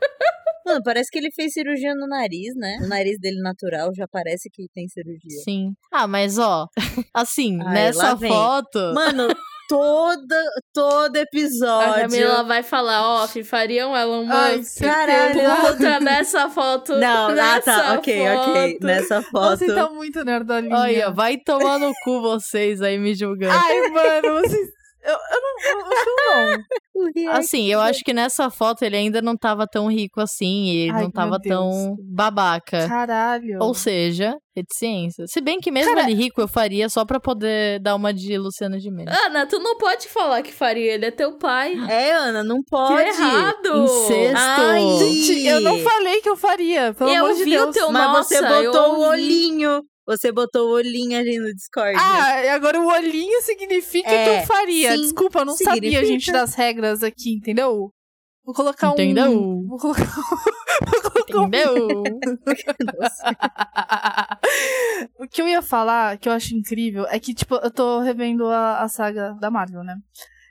Mano, parece que ele fez cirurgia no nariz, né? O nariz dele natural já parece que tem cirurgia.
Sim. Ah, mas ó, assim,
Ai, lá
nessa
vem.
foto.
Mano, toda, todo
A
episódio.
Camila vai falar, ó, oh, faria um Elon
Ai,
Musk.
Caralho.
Por conta dessa foto.
Não, ah,
nessa
tá, ok, ok.
foto. então,
Nessa foto.
Você tá muito nerdolinha.
Olha, vai tomar no cu vocês aí me julgando.
Ai, mano, vocês... Eu, eu não... Eu, eu não.
O é react-
Assim, eu acho que nessa foto ele ainda não tava tão rico assim, e ele
Ai,
não tava
meu Deus.
tão babaca.
Caralho.
Ou seja, reticência. Se bem que mesmo ele rico eu faria só pra poder dar uma de Luciana
[LAUGHS]
de Melo.
Ana, tu não pode falar que faria, ele é teu pai.
É, Ana, não
Que
pode.
errado!
Incesto.
Ai.
Gente, eu não falei que eu faria, pelo
Eu
amor de
vi o
Deus.
teu-
Mas você
Nossa, eu
botou o
ouvi.
olhinho. Você botou o olhinho ali no Discord. [LAUGHS]
Ah, e agora o olhinho significa que
É,
eu faria.
sim,
Desculpa, eu não
significa.
sabia, gente, das regras aqui, entendeu? Vou colocar um...
Entendeu?
Vou colocar um, [LAUGHS]
Entendeu?
É
[LAUGHS] o que eu ia falar, que eu acho incrível, é que, tipo, eu tô revendo a, a saga da Marvel, né?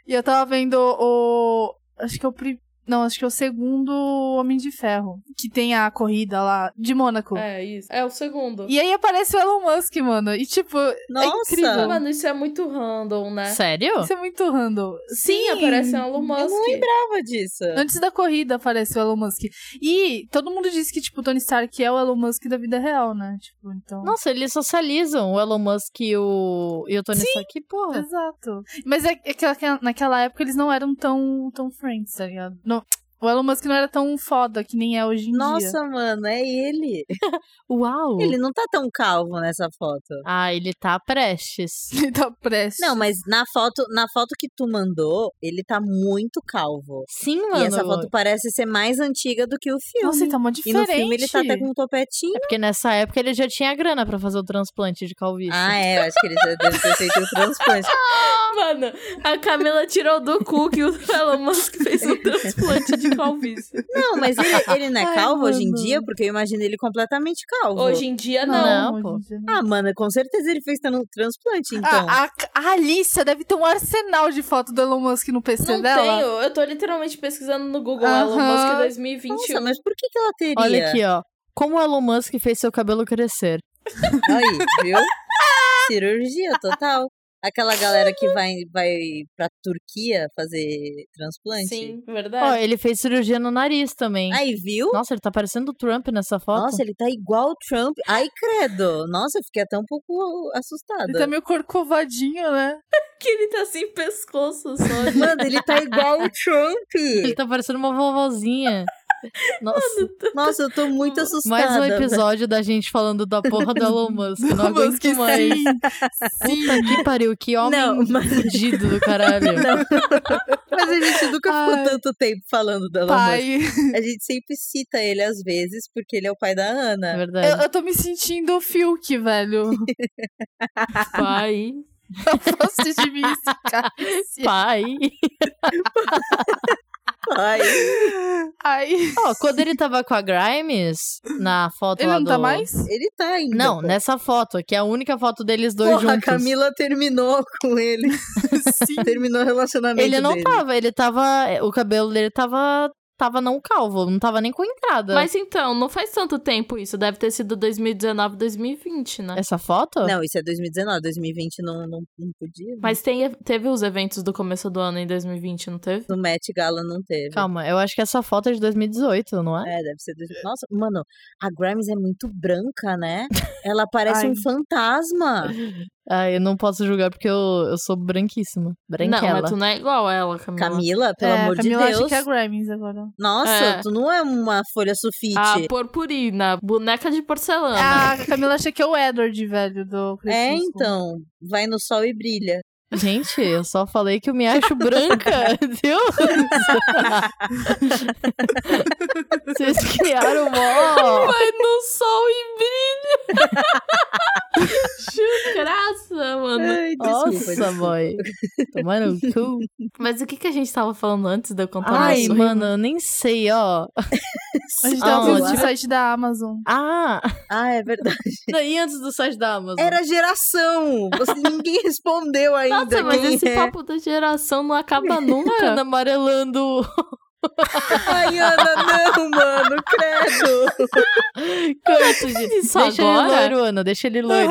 E eu tava vendo o. Acho que é o. pri- Não, acho que é o segundo Homem de Ferro. Que tem a corrida lá de Mônaco.
É isso. É o segundo.
E aí aparece o Elon Musk, mano. E, tipo,
Nossa.
incrível.
Mano, isso é muito random, né?
Sério?
isso é muito random.
Sim, aparece um Elon Musk.
não lembrava disso.
Antes da corrida aparece o Elon Musk. E todo mundo diz que, tipo, o Tony Stark é o Elon Musk da vida real, né? Tipo, então.
Nossa, eles socializam o Elon Musk e o, e o Tony Stark. Que porra.
Exato. Mas é, é que naquela- naquela época eles não eram tão, tão friends, tá ligado? Não- o Elon Musk não era tão foda que nem é hoje em dia.
Nossa, mano, é ele.
Uau.
Uhum.
Ele não tá tão calvo nessa foto.
Ah, ele tá prestes.
[LAUGHS] Ele tá prestes.
Não, mas na foto, na foto que tu mandou, ele tá muito calvo.
Sim, mano.
E essa foto parece ser mais antiga do que o filme.
Nossa, ele tá mó
um e
diferente.
no filme ele tá até com um topetinho.
É porque nessa época ele já tinha grana pra fazer o transplante de
Tá
calvície.
Ah, é, eu acho que ele já deve ter feito o
[LAUGHS]
transplante.
Mano, a Camila tirou do cu que o [LAUGHS] Elon Musk fez um transplante de
[LAUGHS]
calvície.
Não, mas ele, ele não é
Ai,
calvo hoje em
mano.
dia, porque eu imagino ele completamente calvo.
Hoje em dia, não.
Não,
hoje
pô.
em dia não.
Ah, mano, com certeza ele fez tran- transplante, então.
Ah, a, a Alicia deve ter um arsenal de foto do Elon Musk no PC
Não
dela.
tenho. Eu tô literalmente pesquisando no Google Elon
Aham.
Musk
Nossa,
2021.
mas por que, que ela teria?
Olha aqui, ó. Como o Elon Musk fez seu cabelo crescer.
Aí, viu? Cirurgia total. Aquela galera que vai, vai pra Turquia fazer transplante.
Sim,
Ó,
É.
verdade.
ele fez cirurgia no nariz também.
Aí, viu?
Nossa, ele tá parecendo o Trump nessa foto.
uh! Nossa, ele tá igual o Trump. Ai, credo. Nossa, eu fiquei até um pouco
Ele tá
assustada.
meio corcovadinho, né?
Que ele tá sem pescoço só.
Mano, ele tá igual o
Ele
Trump.
tá parecendo uma vovozinha. Nossa,
[LAUGHS] Nossa, eu tô muito assustada.
mais um
velho.
episódio da gente falando da porra do Elon
[LAUGHS]
Musk. Não
Elon Musk,
aguento mais.
sim.
Puta que pariu, que homem
é Não, mas,
fudido
[LAUGHS]
do caralho.
mas a gente nunca
Ai.
ficou tanto tempo falando do Elon Musk.
Pai,
A gente sempre cita ele às vezes, porque ele é o pai da
É
Ana.
verdade.
eu, eu tô me sentindo o Fiuk, velho. [LAUGHS]
Pai.
[LAUGHS]
Posso de mim esse cara.
Pai.
Ai,
Ai,
Ó, quando ele tava com a Grimes, na foto
ele
lá
não tá
do-
mais?
ele tá ainda.
Não,
pô.
nessa foto, que é a única foto deles dois
Porra, a
juntos.
Camila terminou [LAUGHS] com ele.
Sim.
terminou o relacionamento
Ele não
é dele.
tava, ele tava. O cabelo dele tava. Tava não calvo, não tava nem com
Tá.
entrada.
Mas então, não faz tanto tempo isso. Deve ter sido 2019, 2020, né?
Essa foto?
Não, isso é 2019. 2020 não, não, não podia. né? Mas
Mas tem, teve os eventos do começo do ano em 2020, não teve?
no Met Gala não teve.
Calma, eu acho que essa foto é de 2018, não é?
É, deve ser. dois- Nossa, mano, a Grimes é muito branca, né? Ela parece
Ai.
um fantasma.
Ah, eu não posso julgar porque eu, eu sou branquíssima.
Não, [LAUGHS]
Branquela.
mas tu não é igual a ela, Camila.
Camila, pelo
é,
amor
Camila
de
acha
Deus.
que é Grammys agora.
Nossa,
É.
tu não é uma folha sulfite.
A purpurina, boneca de porcelana.
Ah, a Camila acha que é o Edward, velho, do
é,
Crepúsculo.
então. Vai no sol e brilha.
Gente, eu só falei que eu me acho branca. [LAUGHS] Deus! Vocês criaram
[LAUGHS]
mó.
Vai no sol e brilha. desgraça, mano.
Ai, desculpa,
Nossa,
desculpa.
boy. Tomando o cu.
Mas o que, que a gente tava falando antes de eu contar o
Ai,
nosso-
mano, eu nem sei, ó.
A gente tava falando do
Aonde?
site da Amazon.
Ah,
Ah, é verdade.
daí antes do site da Amazon.
Era geração. Você, ninguém respondeu ainda.
Nossa, mas
quem
esse
é.
papo da geração não acaba nunca.
[LAUGHS]
Ana amarelando.
Ai, Ana, não, mano, credo.
Canto, gente.
Isso
Deixa ele
agora?
loiro, Ana. Deixa ele loiro.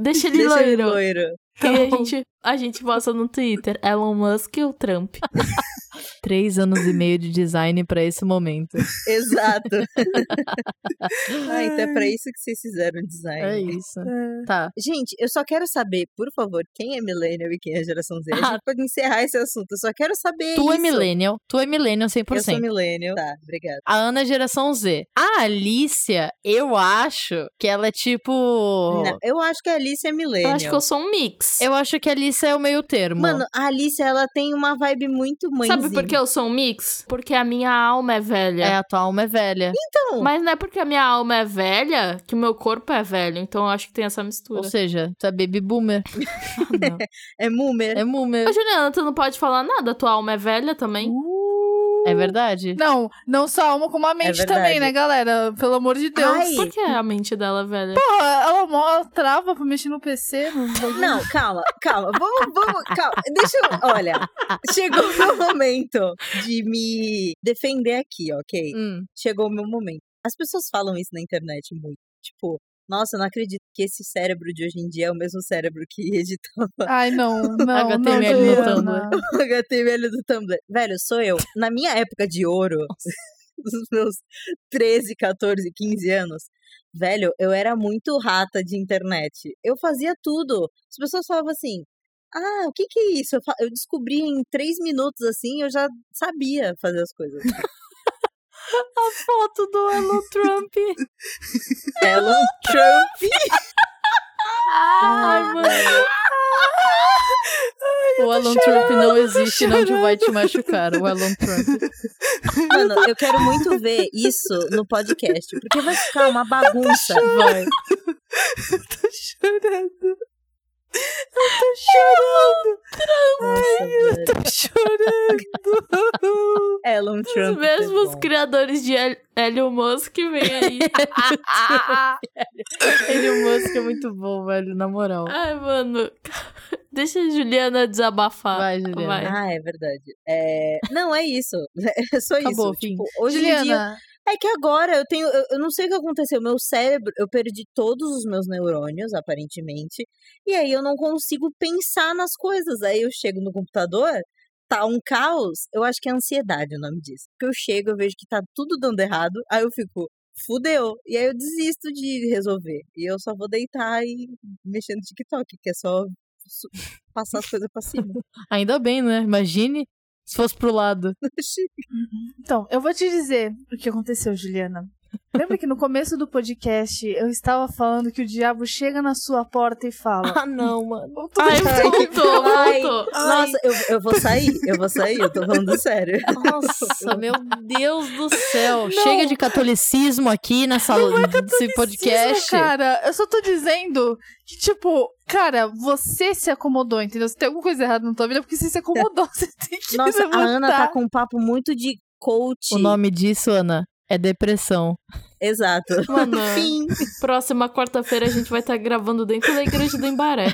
Deixa ele
Deixa
loiro.
ele loiro.
E a gente, a gente posta no Twitter. Elon Musk e o Trump.
Três anos e meio de design pra esse momento.
Exato. ah, então é pra isso que vocês fizeram o design.
É isso. Tá.
Gente, eu só quero saber, por favor, quem é millennial e quem é geração Z. A gente pode encerrar esse assunto. Eu só quero saber
Tu é
isso.
millennial. Tu é millennial
Eu
100%.
sou millennial. Tá, obrigada.
A Ana é geração Z. A Alicia, eu acho que ela é tipo.
Não, eu acho que a Alice é
Eu
millennial.
acho que eu sou um mix.
Eu acho que a Alicia é o meio termo.
Mano, a Alice, ela tem uma vibe muito mãezinha.
Sabe por que eu sou um mix? Porque a minha alma é velha.
é, a tua alma é velha.
Mas não é porque a minha alma é velha que o meu corpo é velho. Então eu acho que tem essa mistura.
Ou seja, tu é baby boomer.
Não.
É Moomer.
É boomer.
Ô, Juliana, tu não pode falar nada. Tua alma é velha também.
É verdade.
Não, não só a alma, como a mente
É verdade.
também, né, galera? Pelo amor de Deus.
Ai.
Por que a mente dela é velha?
Pô, ela mó trava pra mexer no PC. No...
Não, calma, calma. Vamos, vamos, calma. Deixa eu. Olha, chegou o meu momento de me defender aqui, ok?
Hum.
Chegou o meu momento. As pessoas falam isso na internet muito. Tipo, nossa, eu não acredito que esse cérebro de hoje em dia é o mesmo cérebro que editava
Ai,
[LAUGHS]
não, não, não,
HTML no
Juliana.
o HTML do Tumblr. Velho, sou eu. Na minha época de ouro, [LAUGHS] dos meus 13, 14, 15 anos, velho, eu era muito rata de internet. Eu fazia tudo. As pessoas falavam assim. Ah, o que que é isso? Eu fa- Eu descobri em três minutos, assim, eu já sabia fazer as coisas.
[LAUGHS] Foto do Elon
[LAUGHS]
Trump.
Elon Trump.
Ai, mano. o Elon Trump não existe, não te vai te machucar. O Elon Trump.
Mano, eu quero muito ver isso no podcast, porque vai ficar uma bagunça.
Vai.
Tô chorando. Eu tô chorando.
Nossa, velho. É
Tô
[LAUGHS]
chorando.
Elon
Os
Trump. foi
mesmos
bom.
criadores de El Elon Musk vem
[LAUGHS]
aí.
É. Elon Musk é muito bom, velho, na moral.
Ai, mano. [LAUGHS] Deixa a Juliana desabafar.
Vai, Juliana.
Vai.
Ah, é verdade. É, Não, é isso. [LAUGHS] É só
Acabou,
isso.
fim.
Tipo, hoje em dia.
Juliana,
É que agora eu tenho. Eu, eu não sei o que aconteceu. Meu cérebro, eu perdi todos os meus neurônios, aparentemente. E aí eu não consigo pensar nas coisas. Aí eu chego no computador, tá um caos. Eu acho que é ansiedade o nome disso. Porque eu chego, eu vejo que tá tudo dando errado. Aí eu fico. Fudeu. E aí eu desisto de resolver. E eu só vou deitar e mexer no TikTok, que é só su- passar as coisas pra cima.
Ainda bem, né? Imagine se fosse pro lado.
então, eu vou te dizer o que aconteceu, Juliana. Lembra que no começo do podcast eu estava falando que o diabo chega na sua porta e fala.
não, mano.
Ai, voltou,
Ai.
voltou.
Nossa, eu, eu vou sair, eu vou sair, eu tô falando sério. [LAUGHS]
Nossa, meu Deus do céu. Chega de catolicismo aqui nessa desse podcast.
Cisma, cara, eu só tô dizendo que, tipo, cara, você se acomodou, entendeu? Se tem alguma coisa errada na tua vida, é porque você se acomodou, [LAUGHS] você tem que
Nossa, a
levantar.
Ana tá com um papo muito de coach.
O nome disso, Ana, é depressão.
Exato.
[LAUGHS]
Mano,
Fim.
próxima quarta-feira a gente vai estar gravando dentro da igreja do Embaré.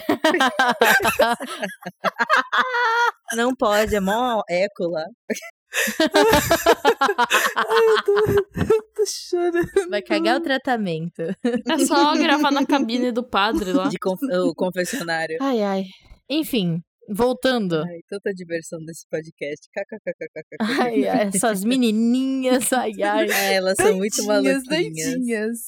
Não pode, é mó écola.
[LAUGHS] Tô chorando.
Vai cagar o tratamento.
É só gravar na cabine do padre lá.
De conf-
[LAUGHS]
o confessionário.
Ai, ai. Enfim, voltando.
Ai, tanta diversão nesse podcast. KKKKKK.
Ai, ai, essas menininhas, ai, ai.
Ah, elas são muito
Tadinhas,
maluquinhas.
tadinhas.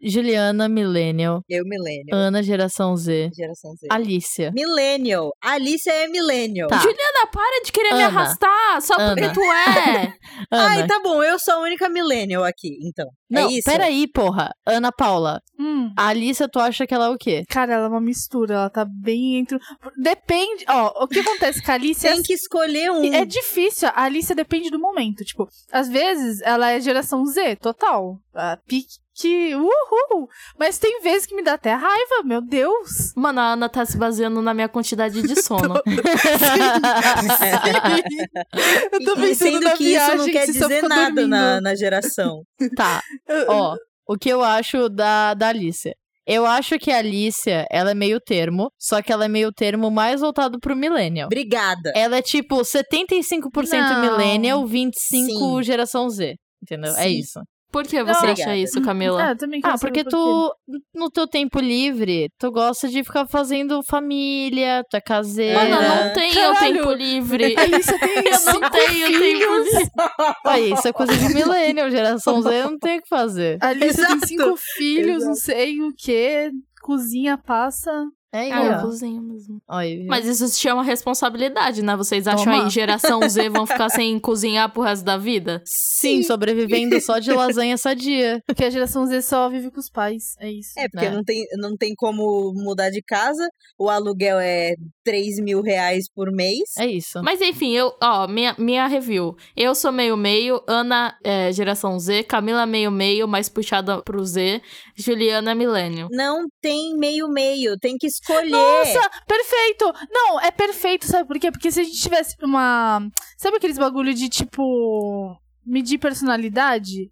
Juliana, Millennial.
Eu, Millennial.
Ana, geração Z.
Geração Z.
Alicia.
Millennial. A Alice é Millennial.
Tá.
Ana, para de querer me
Ana.
arrastar só porque [LAUGHS]
Ana.
tu é.
Ana.
Ai, tá bom, eu sou a única Millennial aqui, então.
Não,
é isso?
peraí, porra. Ana Paula.
Hum.
A Alicia, tu acha que ela é
[LAUGHS]
o quê?
Cara, ela é uma mistura, ela tá bem entre. Depende. Ó, o que acontece com a Alice é
Tem que escolher um.
É difícil, a Alicia depende do momento. Tipo, às vezes ela é geração Z, total. A pique que. Uhul! Mas tem vezes que me dá até raiva, meu
[LAUGHS]
Deus! [LAUGHS]
Mano, a Ana tá se baseando na minha quantidade de sono.
Eu tô
E
pensando
sendo
na
que
viagem,
isso não quer
se só
dizer
fica
nada na,
dormindo. [LAUGHS]
na geração.
[LAUGHS] Tá,
Eu-
ó, o que eu acho da, da Alicia. Eu acho que a Alicia, ela é meio termo, só que ela é meio termo mais voltado pro millennial.
Obrigada.
Ela é tipo 75%
Não.
millennial, 25%
Sim.
geração Z. Entendeu? É
Sim.
isso.
Por que você acha
Obrigada.
isso, Camila?
Ah, eu também quero
Ah,
saber
porque
por
tu, no teu tempo livre, tu gosta de ficar fazendo família, tu é caseira.
Mano, eu não
Era.
tenho
Caralho.
tempo [LAUGHS] livre.
[LAUGHS] quê. A Alicia tem
Eu não tenho tempo livre.
Aí, isso é coisa de millennial, geração Z, não tem o que fazer.
A Alicia tem
Exato.
cinco filhos, não sei o que. Cozinha, passa.
É
Ah, eu
isso.
cozinho mesmo.
Aí, viu?
Mas isso se chama responsabilidade, né? Vocês acham
Toma.
aí geração Z vão ficar sem cozinhar pro resto da vida?
Sim, sobrevivendo só de lasanha sadia.
Porque a geração Z só vive com os pais. É isso.
É, porque
né?
Não, tem, não tem como mudar de casa, o aluguel é 3 mil reais por mês.
É isso.
Mas enfim, eu, ó, minha, minha review. Eu sou meio-meio, Ana é geração Z, Camila meio-meio, mais puxada pro Z, Juliana é milênio.
Não tem meio-meio, tem que escolher.
Nossa,
é.
perfeito! Não, é perfeito, sabe por quê? Porque se a gente tivesse uma. Sabe aqueles bagulho de tipo. Medir personalidade?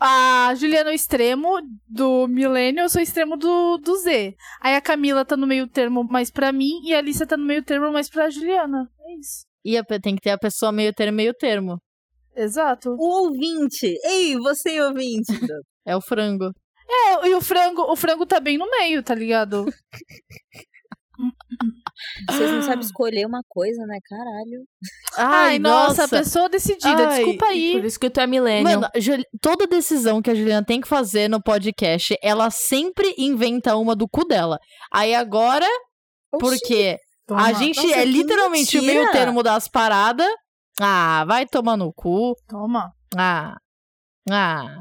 A Juliana é o extremo do milênio, eu sou o extremo do, do Z. Aí a Camila tá no meio termo mais pra mim e a Alicia tá no meio termo mais pra Juliana. É isso.
E a pe- tem que ter a pessoa meio termo, meio termo.
Exato.
O ouvinte. Ei, você
[GASPS]
ouvinte.
É o frango.
É, e o frango, o frango tá bem no meio, tá ligado?
Vocês não sabem escolher uma coisa, né? Caralho.
Ai, nossa, pessoa decidida,
Ai,
desculpa aí.
Por isso que tu é milênio.
Mano, a Juli- toda decisão que a Juliana tem que fazer no podcast, ela sempre inventa uma do cu dela. Aí agora, porque a
Toma,
gente
Nossa,
é
que
literalmente o meio
mentira.
termo das paradas. Ah, vai tomar no cu.
Toma.
Ah. Ah.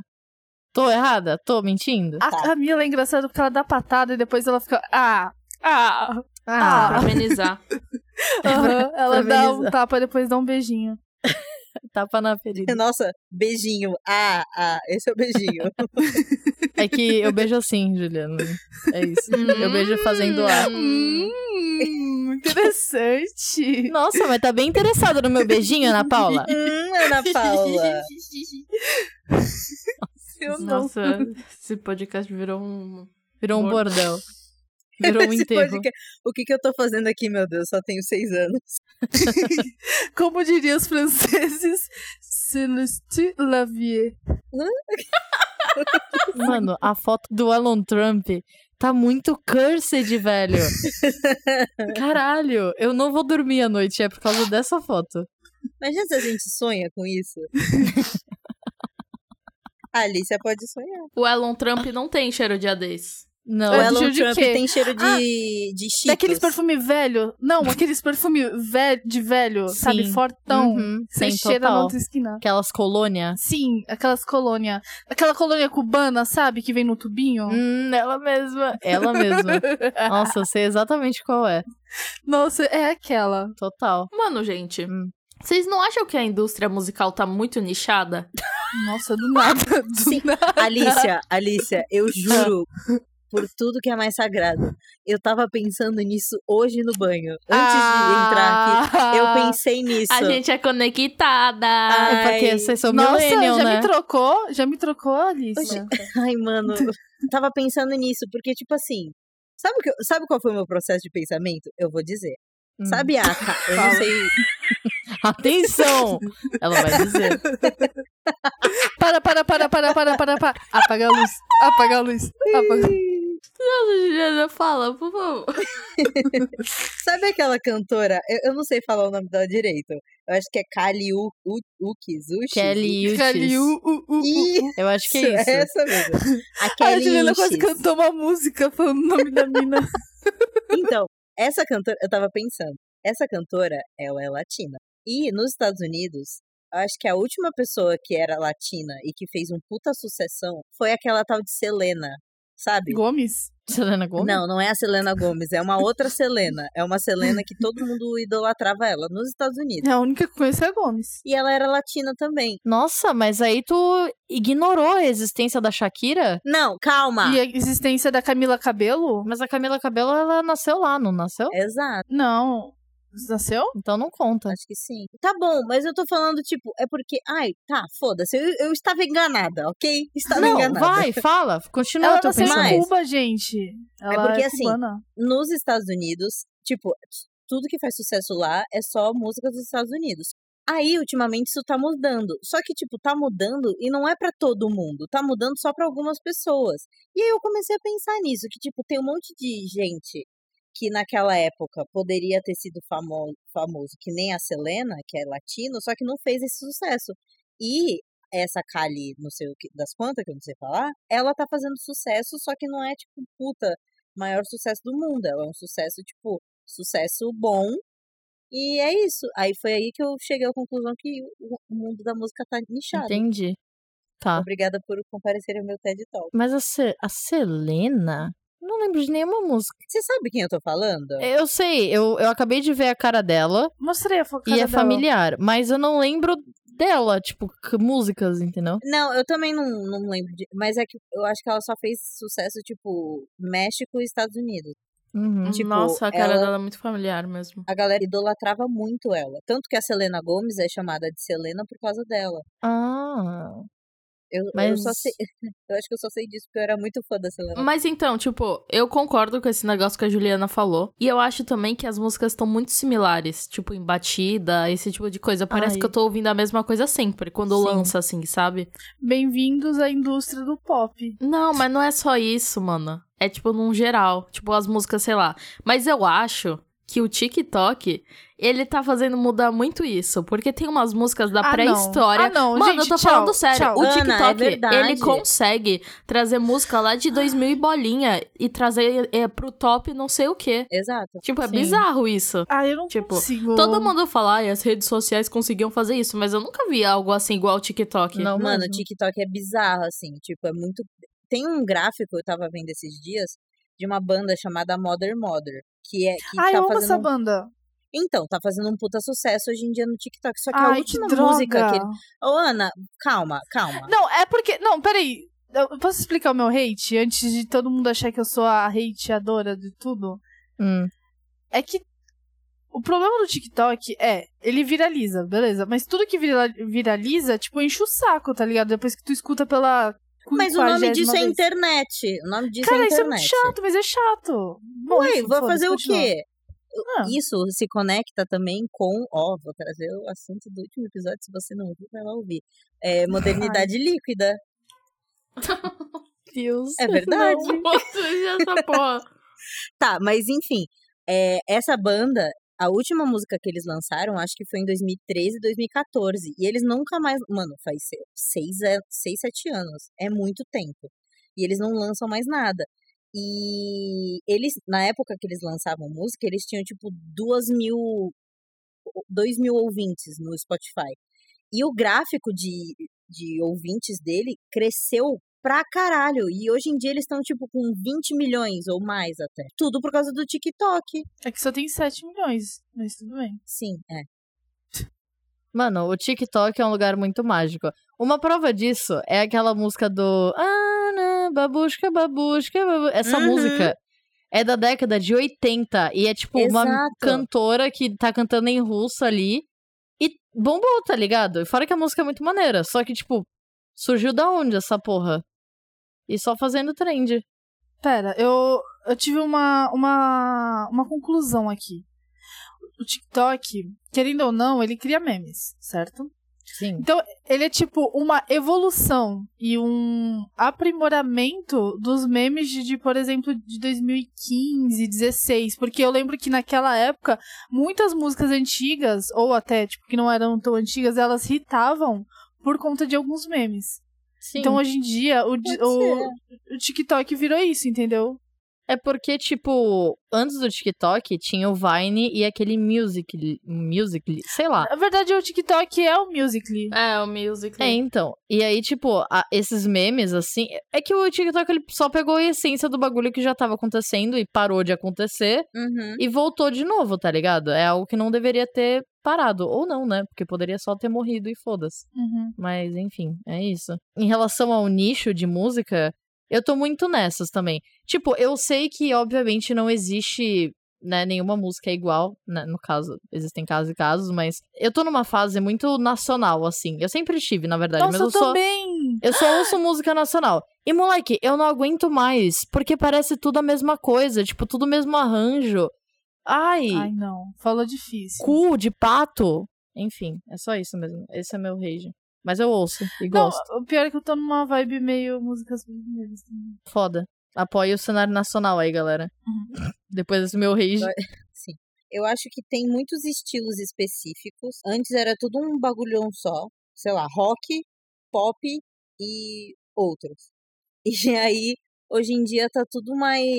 Tô errada? Tô mentindo?
A Camila é engraçada porque ela dá patada e depois ela fica. Ah! Ah! [LAUGHS]
Pra amenizar.
Aham. Ela dá um
Parabeniza.
tapa e depois dá um beijinho.
Tapa na ferida.
Nossa, beijinho. Ah, ah, esse é o
[LAUGHS]
beijinho.
É que eu beijo assim, Juliana. É isso. Eu beijo fazendo ar.
Hum, [LAUGHS] interessante.
Nossa, mas tá bem interessada no meu beijinho, Ana Paula?
hum, Ana Paula.
[LAUGHS] Eu não.
Nossa, esse podcast virou um.
Virou um
Bor-
bordel. Virou um
Esse
enterro.
podcast- O que, que eu tô fazendo aqui, meu Deus? Só tenho seis anos.
Como diriam os franceses, Celeste Lavier.
Mano, a foto do Elon Trump tá muito cursed, velho. Caralho, eu não vou dormir à noite, é por causa dessa foto.
Imagina se a gente sonha com [LAUGHS] isso. a Alicia pode sonhar.
O Elon Trump não tem cheiro de A10.
Não,
O
de
Elon
cheiro de
Trump
quê?
tem cheiro de,
Ah,
de Cheetos.
Daqueles perfume velho. Não, aqueles perfume velho, de velho,
Sim.
sabe? Fortão.
Uhum,
Você
tem
cheira na
total.
outra esquina.
Aquelas colônias.
Sim, aquelas colônia. Aquela colônia cubana, sabe? Que vem no tubinho.
Hum, ela mesma. Ela mesma. Nossa, eu sei exatamente qual é.
Nossa, é aquela.
Total.
Mano, gente,
Hum.
vocês não acham que a indústria musical tá muito nichada?
Nossa, do nada. [LAUGHS] Do
Sim.
nada.
Alicia, Alicia,
Ah.
eu juro por tudo que é mais sagrado. Eu tava pensando nisso hoje no banho. Antes de entrar aqui,
Ah.
eu pensei nisso.
A gente é conectada.
É porque
Ai.
vocês são
Nossa,
millennial,
já
né?
me trocou? Já me trocou, Alice?
Ai, mano, eu tava pensando nisso, porque, tipo assim, sabe, o que eu- sabe qual foi o meu processo de pensamento? Eu vou dizer.
Hum.
Sabe, Aka? Eu não
Fala.
sei.
Atenção! Ela vai dizer.
Para, para, para, para, para, para, para. Apaga a luz. Apaga a luz. Apaga a luz.
Nossa, Juliana, fala, por favor.
Sabe aquela cantora? Eu, eu não sei falar o nome dela direito. Eu acho que é Kali U- U- Uki, Zushi.
Kelly
Cali, u,
Uchis.
u, u, u.
Isso,
Eu acho que é
é
isso.
essa mesmo. A
Ai, [LAUGHS] A
Kelly
Juliana quase
Uchis.
cantou uma música falando o nome da mina.
Então, essa cantora, eu tava pensando, essa cantora ela é latina. E nos Estados Unidos, eu acho que a última pessoa que era latina e que fez um puta sucessão foi aquela tal de Selena. sabe?
Gomes?
[LAUGHS] Selena Gomez?
Não, não é a Selena Gomes, é uma outra Selena. É uma Selena que todo mundo idolatrava ela nos Estados Unidos.
É a única que conheço é a Gomes.
E ela era latina também.
Nossa, mas aí tu ignorou a existência da Shakira?
Não, calma.
E a existência da Camila Cabelo?
Mas a Camila Cabello, ela nasceu lá, não nasceu?
Exato,
Não. Nasceu?
Então não conta.
acho que sim. Tá bom, mas eu tô falando, tipo, é porque. Ai, tá, foda-se. Eu, eu estava enganada, ok? Estava
Não,
enganada.
vai, fala. Continua
ela
teu
nasceu
pensamento.
em
mais.
Cuba, gente. Ela é
porque, assim,
cubana.
Nos Estados Unidos, tipo, tudo que faz sucesso lá é só música dos Estados Unidos. Aí, ultimamente, isso tá mudando. Só que, tipo, tá mudando e não é pra todo mundo. Tá mudando só pra algumas pessoas. E aí eu comecei a pensar nisso, que, tipo, tem um monte de gente que naquela época poderia ter sido famo famoso, que nem a Selena, que é latino, só que não fez esse sucesso. E essa Kali, não sei o que, das quantas, que eu não sei falar, ela tá fazendo sucesso, só que não é, tipo, puta, maior sucesso do mundo. Ela é um sucesso, tipo, sucesso bom. E é isso. Aí foi aí que eu cheguei à conclusão que o o mundo da música tá nichado.
Entendi. Tá.
Obrigada por comparecer ao meu TED Talk.
Mas a, Se- a Selena? Não lembro de nenhuma música.
Você sabe quem eu tô falando?
Eu sei, eu, eu acabei de ver a cara dela
Mostrei a foca
e é
dela.
familiar, mas eu não lembro dela, tipo, c- músicas, entendeu?
Não, eu também não, não lembro. De, mas é que eu acho que ela só fez sucesso, tipo, México e Estados Unidos.
Hum.
Uhum.
Tipo,
Nossa, a cara
ela-
dela é muito familiar mesmo.
A galera idolatrava muito ela. Tanto que a Selena Gomes é chamada de Selena por causa dela.
Ah.
Eu, eu
Mas-
só sei. [LAUGHS] Eu acho que eu só sei disso porque eu era muito fã da Selena.
Hum.
Mas então, tipo, eu concordo com esse negócio que a Juliana falou. E eu acho também que as músicas estão muito similares, tipo, em batida, esse tipo de coisa. Parece
Ai.
que eu tô ouvindo a mesma coisa sempre, quando
Sim.
lança, assim, sabe?
Bem-vindos à indústria do pop.
Não, mas não é só isso, mano. É tipo num geral, tipo as músicas, sei lá. Mas eu acho que o TikTok, ele tá fazendo mudar muito isso, porque tem umas músicas da
Ah, não.
Tá pré-história.
Ah, não,
Mano,
gente,
eu tô
tchau,
falando sério.
tchau.
O
Ana, é
TikTok, ele
verdade.
consegue trazer música lá de 2000 e bolinha e trazer é, pro top não sei o quê.
Exato.
Tipo, é
Sim.
bizarro isso.
Ah, eu não
Tipo,
consigo.
Todo mundo fala, ai, as redes sociais conseguiam fazer isso, mas eu nunca vi algo assim igual o TikTok.
Não,
Mano, o
mesmo.
TikTok é bizarro, assim. Tipo, é muito. Tem um gráfico, eu tava vendo esses dias, de uma banda chamada Mother Mother. Que é. Que
Ah,
tá
eu amo
fazendo
essa
um-
banda.
Então, tá fazendo um puta sucesso hoje em dia no TikTok. Só É que a
Ai,
última
que droga.
música que ele. Ô, Ana, calma, calma.
Não, é porque... Não, peraí. Eu posso explicar o meu hate? Antes de todo mundo achar que eu sou a hateadora de tudo?
Hum.
É que o problema do TikTok é, ele viraliza, beleza. Mas tudo que vira- viraliza, tipo, enche o saco, tá ligado? Depois que tu escuta pela...
Mas o nome
40ª
disso é
vez.
internet. O nome disso
Cara,
é
isso é
internet.
muito chato, mas é chato. Bom,
Ué,
enfim,
vou
foda-se,
fazer o
continua.
quê?
Ah.
Isso se conecta também com. Ó, vou trazer o assunto do último episódio. Se você não ouviu, vai lá ouvir.
[LAUGHS]
É modernidade líquida.
Deus.
É verdade.
[LAUGHS] essa porra.
Tá, mas enfim, é, essa banda, a última música que eles lançaram, acho que foi em 2013, 2014. E eles nunca mais. Mano, faz se- seis, an- seis sete anos. É muito tempo. E eles não lançam mais nada. E eles, na época que eles lançavam música, eles tinham tipo duas mil. dois mil ouvintes no Spotify. E o gráfico de, de ouvintes dele cresceu pra caralho. E hoje em dia eles estão, tipo, com 20 milhões ou mais até. Tudo por causa do TikTok.
É que só tem 7 milhões, mas tudo bem.
Sim, é.
Mano, o TikTok é um lugar muito mágico. Uma prova disso é aquela música do Ana, babushka, babushka, babu... Essa
Uhum.
música é da década de 80 e é tipo uma
Exato.
cantora que tá cantando em russo ali e bombou, tá ligado? E Fora que a música é muito maneira, só que tipo, surgiu da onde essa porra? E só fazendo trend.
Pera, eu, eu tive uma, uma, uma conclusão aqui. O TikTok, querendo ou não, ele cria memes, certo?
Sim.
Ele é tipo uma evolução e um aprimoramento dos memes de, de, por exemplo, de 2015, 16. Porque eu lembro que naquela época, muitas músicas antigas, ou até tipo, que não eram tão antigas, elas irritavam por conta de alguns memes.
Sim.
Então hoje em dia o, di-
Pode
o, o TikTok virou isso, entendeu?
É porque, tipo, antes do TikTok tinha o Vine e aquele Musical.ly, musical sei lá.
Na verdade, o TikTok é o Musical.ly.
É, o music.
É, então. E aí, tipo, a- esses memes, assim. É que o TikTok ele só pegou a essência do bagulho que já tava acontecendo e parou de acontecer
Uhum.
e voltou de novo, tá ligado? É algo que não deveria ter parado. Ou não, né? Porque poderia só ter morrido e foda-se.
Uhum.
Mas, enfim, é isso. Em relação ao nicho de música, eu tô muito nessas também. Tipo, eu sei que, obviamente, não existe. Né, nenhuma música é igual, né, no caso, existem casos e casos, mas eu tô numa fase muito nacional, assim. Eu sempre estive, na verdade,
Nossa,
mas eu
eu
sou.
também!
Eu só ouço música nacional. E, moleque, eu não aguento mais, porque parece tudo a mesma coisa, tipo, tudo o mesmo arranjo. Ai,
Ai, não. Falou difícil.
cu de pato. Enfim, é só isso mesmo. Esse é meu rage. Mas eu ouço e
Não,
gosto.
o pior é que eu tô numa vibe meio músicas brasileiras assim. também.
Foda. Apoia o cenário nacional aí, galera.
Uhum.
Depois desse meu rage.
Eu acho que tem muitos estilos específicos. Antes era tudo um bagulhão só. Sei lá, rock, pop e outros. [LAUGHS] E aí, hoje em dia tá tudo mais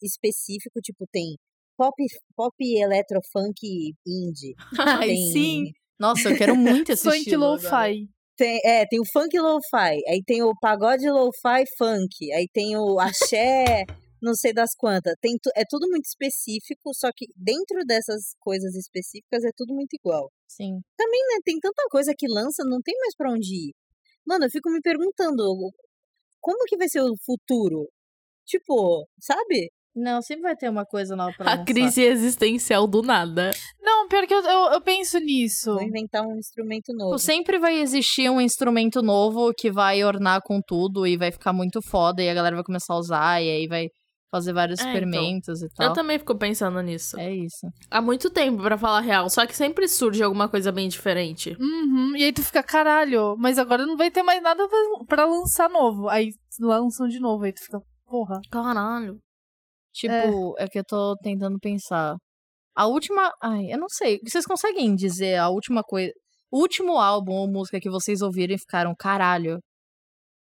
específico. Tipo, tem pop, pop eletrofunk indie.
[LAUGHS]
[LAUGHS]
Ai,
tem,
sim. Nossa, eu quero muito esse
Funk
estilo agora.
lo-fi.
Tem, é, tem o funk lo-fi, aí tem o pagode lo-fi funk, aí tem o axé, não sei das quantas. Tem tu- é tudo muito específico, só que dentro dessas coisas específicas é tudo muito igual.
Sim.
né, tem tanta coisa que lança, não tem mais pra onde ir. Mano, eu fico me perguntando o- como que vai ser o futuro? Tipo, sabe?
Não, sempre vai ter uma coisa nova pra
A
lançar.
crise existencial do nada.
Não, pior que eu, eu, eu penso nisso.
Vou inventar um instrumento novo.
Tipo, sempre vai existir um instrumento novo que vai ornar com tudo e vai ficar muito foda e a galera vai começar a usar e aí vai fazer vários
É, então.
experimentos e
Eu
tal.
também fico pensando nisso.
É isso.
Há muito tempo, pra falar a real. Só que sempre surge alguma coisa bem diferente.
Uhum, e aí tu fica, caralho, mas agora não vai ter mais nada pra- pra lançar novo. Aí lançam de novo, aí tu fica, porra.
Caralho.
Tipo, é. que eu tô tentando pensar. A última. Ai, eu não sei. Vocês conseguem dizer a última coisa. O último álbum ou música que vocês ouviram e ficaram, caralho.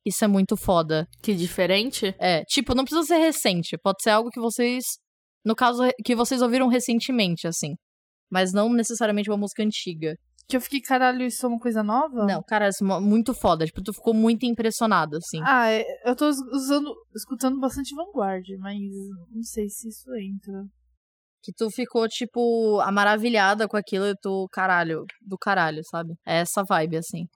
Isso é muito foda.
Que diferente?
É, tipo, não precisa ser recente. Pode ser algo que vocês. No caso, re- que vocês ouviram recentemente, assim. Mas não necessariamente uma música antiga.
Que eu fiquei, caralho, isso é uma coisa nova?
Não, cara, isso é mo- muito foda. Tipo, tu ficou muito impressionado, assim.
Ah, é, eu tô us- usando, escutando bastante Vanguard, mas não sei se isso entra.
Que tu ficou, tipo, a maravilhada com aquilo e tu, caralho, do caralho, sabe? É essa vibe, assim.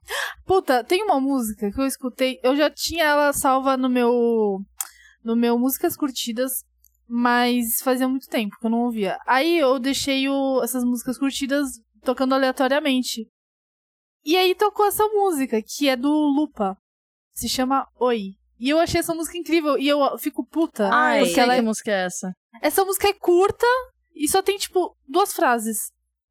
Puta, tem uma música que eu escutei, eu já tinha ela salva no meu no meu músicas curtidas, mas fazia muito tempo que eu não ouvia. Aí eu deixei o- essas músicas curtidas tocando aleatoriamente. E aí tocou essa música, que é do Lupa. Se chama Oi. E eu achei essa música incrível e eu fico puta.
Ah,
Ai,
eu sei
porque ela
que
é-
música é essa.
Essa música é curta e só tem, tipo, duas frases.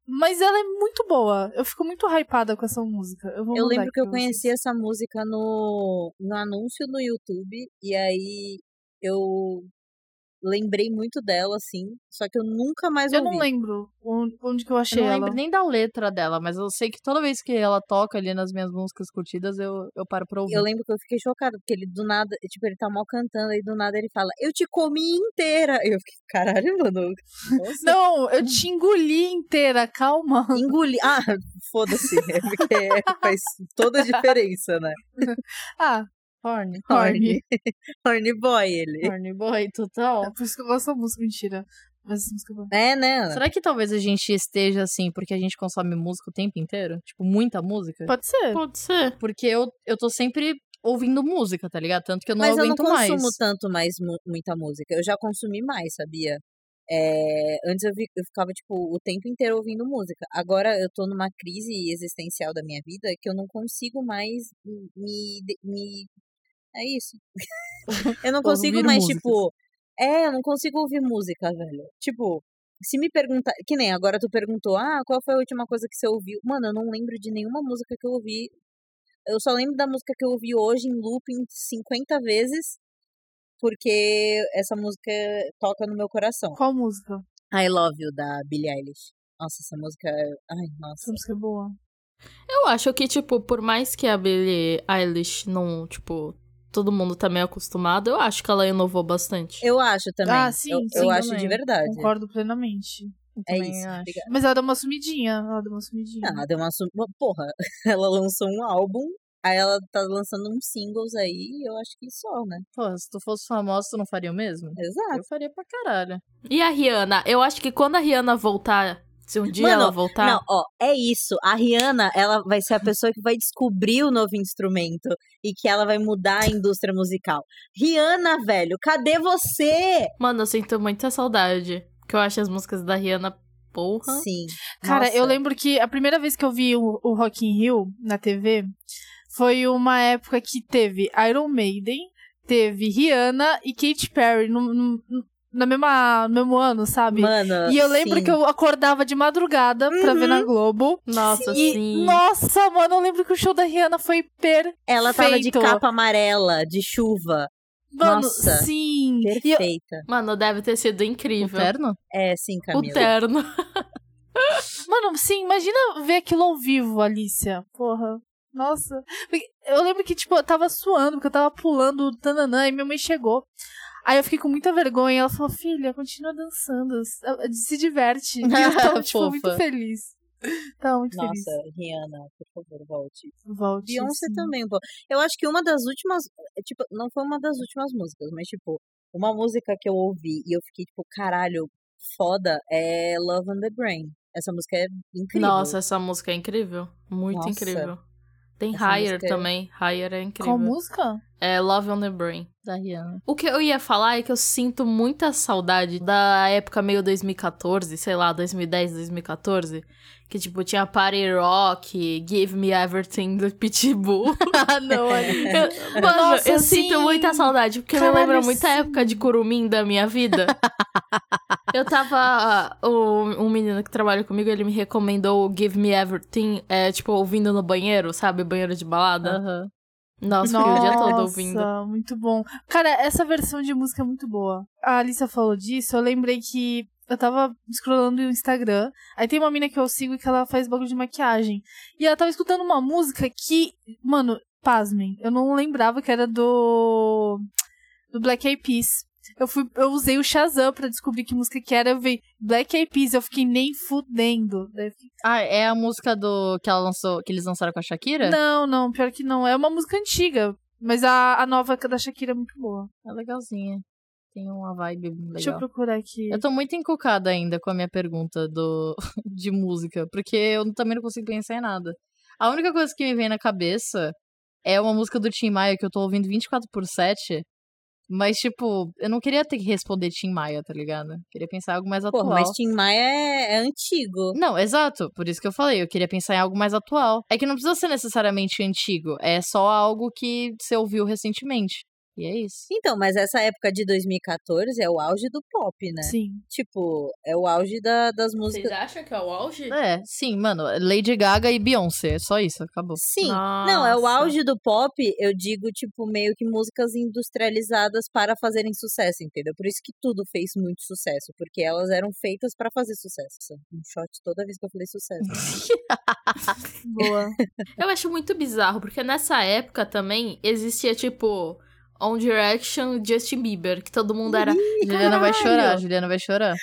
Mas ela é muito boa. Eu fico muito hypada com essa música. Eu, vou
Eu
mandar
lembro
aqui
que eu
pra vocês.
conheci essa música no, no anúncio no YouTube, e aí eu lembrei muito dela, assim, só que eu nunca mais
Eu
ouvi.
não lembro onde, onde que eu
Eu
achei
não
ela.
lembro nem da letra dela, mas eu sei que toda vez que ela toca ali nas minhas músicas curtidas, eu, eu paro pra ouvir.
Eu lembro que eu fiquei chocada, porque ele do nada, tipo, ele tá mal cantando, aí do nada ele fala, eu te comi inteira. Eu fiquei, caralho, mano. [LAUGHS] Nossa,
Não, eu te engoli inteira, calma.
engoli. Ah, foda-se. É porque faz [LAUGHS] toda a diferença, né?
Ah,
Horny.
Horny. [LAUGHS] Horny boy ele.
Horny boy,
é
total.
por isso que eu gosto da música, mentira. Mas essa música é boa.
É, né?
Será que talvez a gente esteja assim porque a gente consome música o tempo inteiro? Tipo, muita música?
Pode ser.
Pode ser.
Porque eu, eu tô sempre ouvindo música, tá ligado? Tanto que eu não
Mas eu não
aguento mais.
consumo tanto mais mu- muita música. Eu já consumi mais, sabia? É, antes eu, vi- eu ficava, tipo, o tempo inteiro ouvindo música. Agora eu tô numa crise existencial da minha vida que eu não consigo mais m- me. de- me... É isso. [LAUGHS] eu não consigo
Ouvir
mais,
músicas.
tipo. É, eu não consigo ouvir música, velho. Tipo, se me perguntar. Que nem agora tu perguntou, ah, qual foi a última coisa que você ouviu? Mano, eu não lembro de nenhuma música que eu ouvi. Eu só lembro da música que eu ouvi hoje em looping 50 vezes, porque essa música toca no meu coração.
Qual música?
I Love You, da Billie Eilish. Nossa, essa música. é- Ai,
Essa
nossa.
música é boa.
Eu acho que, tipo, por mais que a Billie Eilish não, tipo, todo mundo tá meio acostumado, eu acho que ela inovou bastante.
Eu acho também.
Ah, sim,
eu,
sim,
eu acho
também.
de verdade.
Concordo plenamente.
É
também
isso.
acho.
obrigada.
Mas ela deu uma sumidinha. Ela deu uma sumidinha.
Ah, deu uma su- uma- Porra, [LAUGHS] ela lançou um álbum, aí ela tá lançando uns singles aí, e eu acho que só, né?
Pô, se tu fosse famosa, tu não faria o mesmo?
Exato.
Eu faria pra caralho.
E a Rihanna? Eu acho que quando a Rihanna voltar, se um dia
Mano,
ela
Tá.
voltar.
Não, ó, é isso. A Rihanna, ela vai ser a pessoa que vai descobrir o novo instrumento e que ela vai mudar a indústria musical. Rihanna, velho, cadê você?
Mano, eu sinto muita saudade. Que eu acho as músicas da Rihanna porra.
Sim.
Cara,
Ah, Nossa.
eu lembro que a primeira vez que eu vi o, o Rock in Rio na TV foi uma época que teve Iron Maiden, teve Rihanna e Katy Perry no, no- na mesma, no mesmo ano, sabe?
Mano,
e eu lembro
sim. Uhum.
que eu acordava de madrugada pra ver na Globo.
Nossa,
e,
sim.
nossa, mano, eu lembro que o show da Rihanna foi per...
Ela tava de
Feito.
capa amarela, de chuva.
Mano,
Nossa.
sim. E eu-
Perfeita.
Mano, deve ter sido
O
incrível.
terno?
É, sim,
O
Camila.
terno.
Mano, sim, imagina ver aquilo ao vivo, Alicia. Porra. Nossa. Porque Eu lembro que, tipo, eu tava suando, porque eu tava pulando tananã, e minha mãe chegou. Aí eu fiquei com muita vergonha. Ela falou, filha, continua dançando. Se diverte. E
[LAUGHS]
eu tava, tipo,
Fofa.
muito feliz. Tava muito
Nossa,
feliz.
Rihanna, por favor, volte.
Volte.
Beyoncé tá
sim.
também, pô. Eu acho que uma das últimas, tipo, não foi uma das últimas músicas, mas tipo, uma música que eu ouvi e eu fiquei tipo, caralho, foda, é Love on the Brain. Essa música é incrível.
Nossa, essa música é incrível. Muito
Nossa.
incrível. Tem
Essa
Higher
música é-
também. Higher é incrível.
Qual música?
É Love on the Brain.
Da Rihanna.
O que eu ia falar é que eu sinto muita saudade da época meio 2014, sei lá, 2010, 2014. Que, tipo, tinha Party Rock, Give Me Everything do Pitbull.
ah, não, ali.
Eu- Mano,
Nossa,
eu
sim.
sinto muita saudade, porque me
Caralho,
lembra muito a
sim.
época de curumim da minha [LAUGHS] vida. eu tava. Um, um menino que trabalha comigo, ele me recomendou o Give Me Everything, é, tipo, ouvindo no banheiro, sabe? Banheiro de balada. Ah.
Aham.
Nossa, eu fiquei o dia todo
Nossa,
ouvindo.
muito bom. Cara, essa versão de música é muito boa. A Alissa falou disso, eu lembrei que eu tava scrollando no Instagram. Aí tem uma mina que eu sigo que ela faz bagulho de maquiagem. E ela tava escutando uma música que, mano, pasmem, eu não lembrava que era do do Black Eyed Peas. Eu, fui, eu usei o Shazam pra descobrir que música que era. Eu vi Black Eyed Peas, eu fiquei nem fudendo. Daí eu fiquei,
Ah, é a música do que ela lançou, que eles lançaram com a
É.
Shakira?
Não, não, pior que não. É uma música antiga. Mas a, a nova da Shakira é muito boa.
É legalzinha. Tem uma vibe legal.
Deixa eu procurar aqui.
Eu tô muito encucada ainda com a minha pergunta do, [LAUGHS] de música, porque eu também não consigo pensar em nada. A única coisa que me vem na cabeça é uma música do Tim Maia que eu tô ouvindo 24 por 7, mas, tipo, eu não queria ter que responder Tim Maia, tá ligado? Queria pensar em algo mais atual.
Porra, mas Tim Maia é, é antigo.
tipo
Não, exato. Por isso que eu falei, eu queria pensar em algo mais atual. É que não precisa ser necessariamente antigo, é só algo que você ouviu recentemente. E é isso.
Então, mas essa época de 2014 é o auge do pop, né?
Sim.
Tipo, é o auge da- das músicas.
acham que é o auge?
É, sim, mano. Lady Gaga e Beyoncé, é só isso, acabou.
Sim, Não, é o
Nossa.
auge do pop, eu digo, tipo, meio que músicas industrializadas para fazerem sucesso, entendeu? Por isso que tudo fez muito sucesso, porque elas eram feitas para fazer sucesso. Um shot toda vez que eu falei sucesso.
Boa.
Eu acho muito bizarro, porque nessa época também existia, tipo, On Direction e Justin Bieber, que todo mundo era.
Juliana vai chorar,
"Caralho!"
Juliana vai chorar.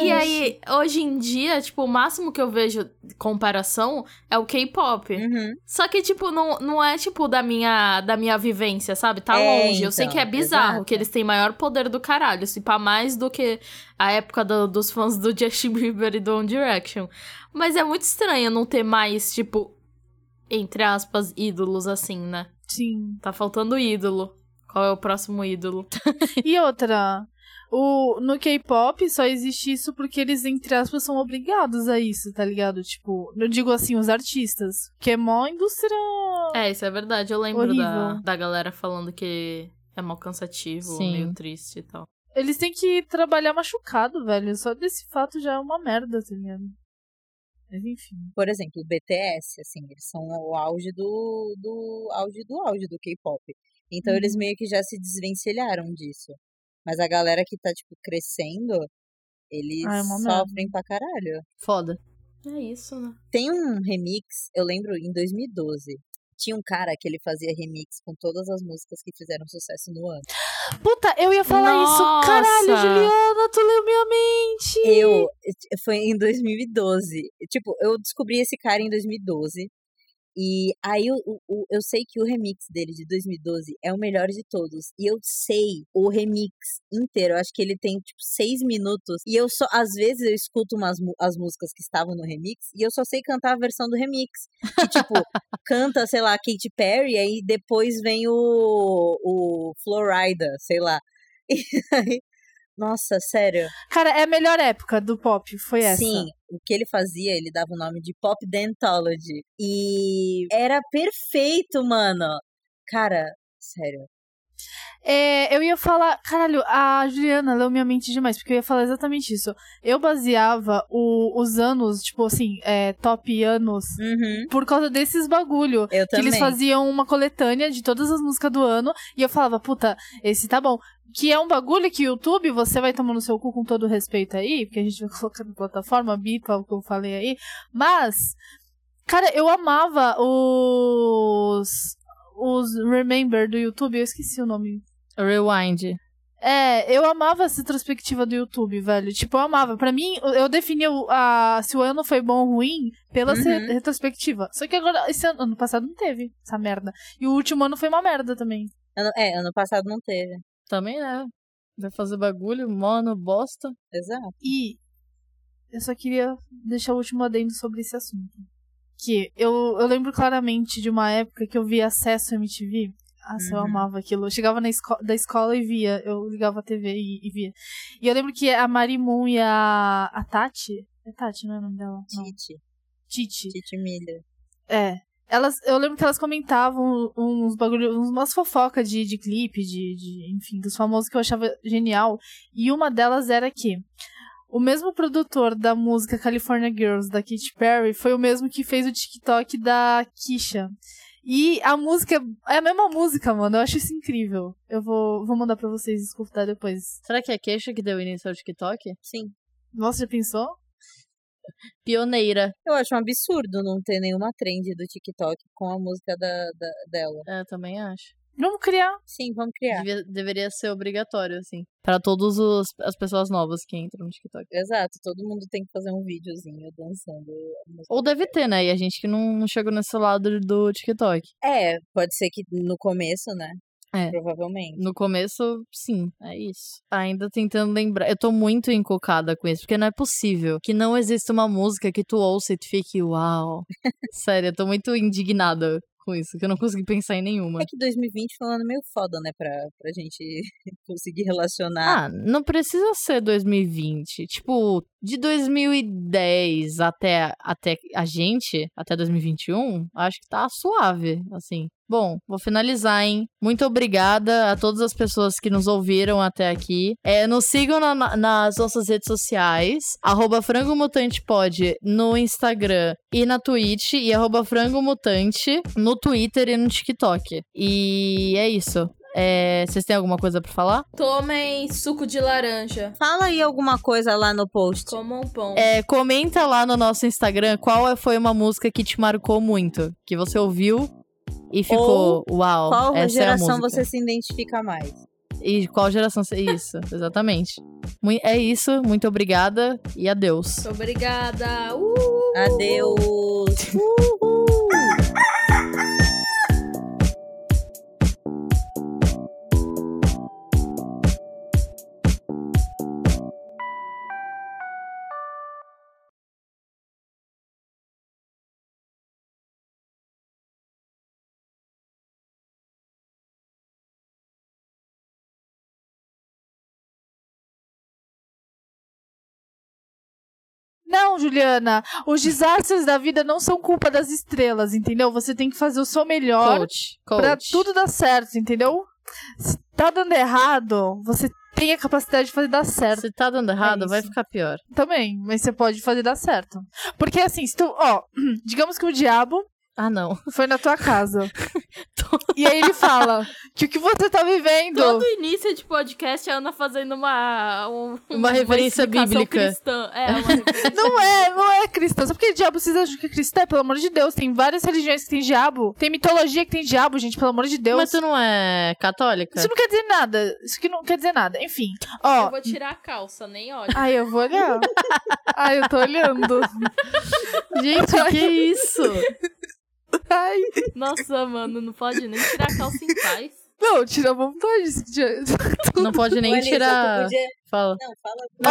E aí, hoje em dia, tipo, o máximo que eu vejo de comparação é o K-pop.
Uhum.
Só que, tipo, não, não é, tipo, da minha, da minha vivência, sabe? Tá
É,
longe. eu sei
então,
que é bizarro,
exato.
que eles têm maior poder do caralho. Se pá, mais do que a época do- dos fãs do [LAUGHS] Justin Bieber e do One Direction. Mas é muito estranho não ter mais, tipo, entre aspas, ídolos assim, né?
Sim.
Tá faltando ídolo. Qual é o próximo ídolo?
E outra. O, no K-pop só existe isso porque eles, entre aspas, são obrigados a isso, tá ligado? Tipo, eu digo assim, os artistas. Que é mó indústria.
É, isso é verdade. Eu lembro da,
Horrível.
da galera falando que é mal cansativo,
Sim.
meio triste e tal.
Eles têm que trabalhar machucado, velho. Só desse fato já é uma merda, tá ligado? Mas enfim.
Por exemplo, o BTS, assim, eles são o auge do, do auge do auge do K-pop. Então
Uhum.
eles meio que já se desvencilharam disso. Mas a galera que tá, tipo, crescendo, eles
Ah, é uma merda.
sofrem pra caralho.
Foda.
É isso, né?
Tem um remix, eu lembro em 2012, Tinha um cara que ele fazia remix com todas as músicas que fizeram sucesso no ano.
Puta, eu ia falar isso. Caralho,
Nossa.
Juliana, tu leu minha mente.
Eu, eh, foi em 2012. Tipo, eu descobri esse cara em 2012. E aí eu, eu, eu sei que o remix dele de 2012 é o melhor de todos. E eu sei o remix inteiro. Eu acho que ele tem, tipo, seis minutos. E eu só, às vezes, eu escuto umas, mu- as músicas que estavam no remix e eu só sei cantar a versão do remix. Que, tipo, canta, sei lá, Katy Perry, aí depois vem o, o Florida, sei lá. [LAUGHS] E aí, nossa, sério.
Cara, é a melhor época do pop, foi essa.
Sim, o que ele fazia, ele dava o nome de Pop Dentology. E era perfeito, mano. Cara, sério.
É, eu ia falar, caralho, a Juliana leu minha mente demais, porque eu ia falar exatamente isso. Eu baseava o- os anos, tipo assim, é, top anos, por causa desses bagulho.
Eu
Uhum. Que
também.
eles faziam uma coletânea de todas as músicas do ano. E eu falava, puta, esse tá bom. Que é um bagulho que o YouTube, você vai tomar no seu cu com todo respeito aí, porque a gente vai [LAUGHS] colocar na plataforma, bipa o que eu falei aí. Mas, cara, eu amava os. Os Remember do YouTube, eu esqueci o nome
Rewind.
é, eu amava essa retrospectiva do YouTube, velho. Tipo, eu amava. Pra mim, eu- eu definia o- a, se o ano foi bom ou ruim pela
Uhum.
se- retrospectiva. Só que agora, esse ano, ano passado não teve essa merda. E o último ano foi uma merda também.
Ano- é, ano passado não teve.
Também, né? Vai fazer bagulho, mono, bosta.
Exato.
E eu só queria deixar o último adendo sobre esse assunto. Que eu, eu lembro claramente de uma época que eu via acesso MTV. Nossa, Ah, eu
Uhum.
amava aquilo. Eu chegava na esco da escola e via. Eu ligava a TV e, e via. E eu lembro que a Marimun e a, a Tati. É Tati, não é o nome dela? Não.
Tite,
Titi.
Tite Miller.
É. Elas, eu lembro que elas comentavam uns bagulho, umas fofocas de, de clipe, de, de, enfim, dos famosos que eu achava genial. E uma delas era que o mesmo produtor da música California Girls, da Katy Perry, foi o mesmo que fez o TikTok da Kisha. E a música é a mesma música, mano. Eu acho isso incrível. Eu vou, vou mandar pra vocês escutar depois.
Será que é a queixa que deu início ao TikTok?
Sim.
Nossa, já pensou?
Pioneira.
Eu acho um absurdo não ter nenhuma trend do TikTok com a música da, da- dela.
É, também acho.
Vamos criar.
Sim, vamos criar.
Devia- deveria ser obrigatório, assim. Pra todas as pessoas novas que entram no TikTok.
Exato, todo mundo tem que fazer um videozinho dançando. a música.
Ou deve ter, né? E a gente que não, não chegou nesse lado do TikTok.
É, pode ser que no começo, né?
É.
Provavelmente.
No começo, sim, é isso. Ainda tentando lembrar. Eu tô muito encocada com isso, porque não é possível que não exista uma música que tu ouça e tu fique, uau. [LAUGHS] Sério, eu tô muito indignada com isso, que eu não consegui pensar em nenhuma.
É que 2020 foi um ano meio foda, né? Pra, pra gente [LAUGHS] conseguir relacionar.
Ah, não precisa ser 2020. Tipo, de 2010 até, até a gente, até 2021, acho que tá suave, assim. Bom, vou finalizar, hein? Muito obrigada a todas as pessoas que nos ouviram até aqui. É, nos sigam na- na- nas nossas redes sociais, arroba frangomutantepod no Instagram e na Twitch, e arroba frangomutante no Twitter e no TikTok. E é isso. É, vocês têm alguma coisa pra falar?
Tomem suco de laranja.
Fala aí alguma coisa lá no post.
Comam um pão.
É, comenta lá no nosso Instagram qual foi uma música que te marcou muito, que você ouviu e ficou, uau,
Qual
essa é a
geração
música.
você se identifica mais?
E qual geração você...
[LAUGHS]
Isso, exatamente. Mui- É isso, muito obrigada e adeus.
Obrigada. Uh!
Adeus!
Não, Juliana.
[LAUGHS]
Os desastres da vida não são culpa das estrelas, entendeu? Você tem que fazer o seu melhor.
Coach, coach.
Pra tudo dar certo, entendeu? Se tá dando errado, você tem a capacidade de fazer dar certo
Se tá dando errado,
É
vai
isso.
ficar pior.
também. Mas você pode fazer dar certo. [CLEARS THROAT] Porque assim, se tu, ó, digamos que o diabo
Ah, não. [LAUGHS]
foi na tua casa. E aí ele fala que o que você tá vivendo.
Todo início de podcast é a Ana fazendo uma. um-
Uma referência
explicação
bíblica.
cristã. É, uma referência.
Não é, não é cristã. Só porque diabo vocês acham que é cristã? Pelo amor de Deus. Tem várias religiões que tem diabo. Tem mitologia que tem diabo, gente. Pelo amor de Deus.
Mas tu não é católica?
Isso não quer dizer nada. Isso aqui não quer dizer nada. Enfim. Ó.
Eu vou tirar a calça, nem olha.
Ai, eu vou olhar. [LAUGHS] Ai, eu tô olhando. [LAUGHS]
Gente, que isso?
Ai.
Nossa, mano, não pode nem tirar a calça em paz.
Não, tira a vontade.
Não pode nem
Vanessa, tu
tirar.
podia-
Fala.
Não,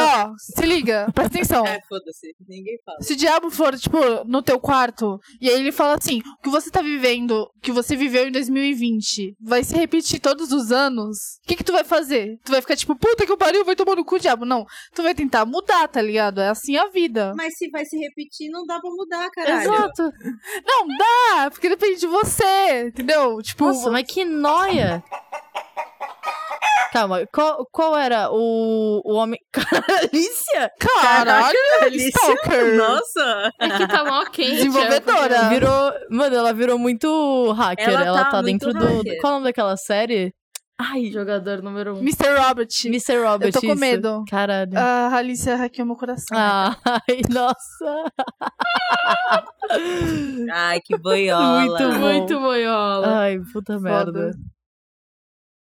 fala.
Ó, se liga. Presta atenção.
É, foda-se. Ninguém fala.
Se o diabo for, tipo, no teu quarto, e aí ele fala assim: o que você tá vivendo, o que você viveu em 2020, vai se repetir todos os anos, o que, que tu vai fazer? Tu vai ficar tipo, puta que eu pariu, vai tomar no cu, diabo. Não. Tu vai tentar mudar, tá ligado? É assim a vida.
Mas se vai se repetir, não dá pra mudar, caralho.
Exato.
Não dá, porque depende de você, entendeu? Tipo,
Nossa, mas que noia! Calma, qual, qual era o, o homem. [LAUGHS] Caralícia?
caralho,
[LAUGHS]
stalker.
Nossa!
É que tá mal quente.
Desenvolvedora.
é, porque-
Virou. Mano, ela virou muito hacker. Ela,
Ela
tá,
tá muito
dentro do.
hacker.
Qual é o nome daquela série? Ai,
Jogador número um.
Mr. Robert.
Mr. Robert.
Eu tô com
isso.
medo.
Caralho.
A Ah, Alicia hackeou meu coração.
[LAUGHS] Ai, nossa.
Ai, que boiola.
Muito bom. Ah.
Muito boiola.
Ai, puta merda.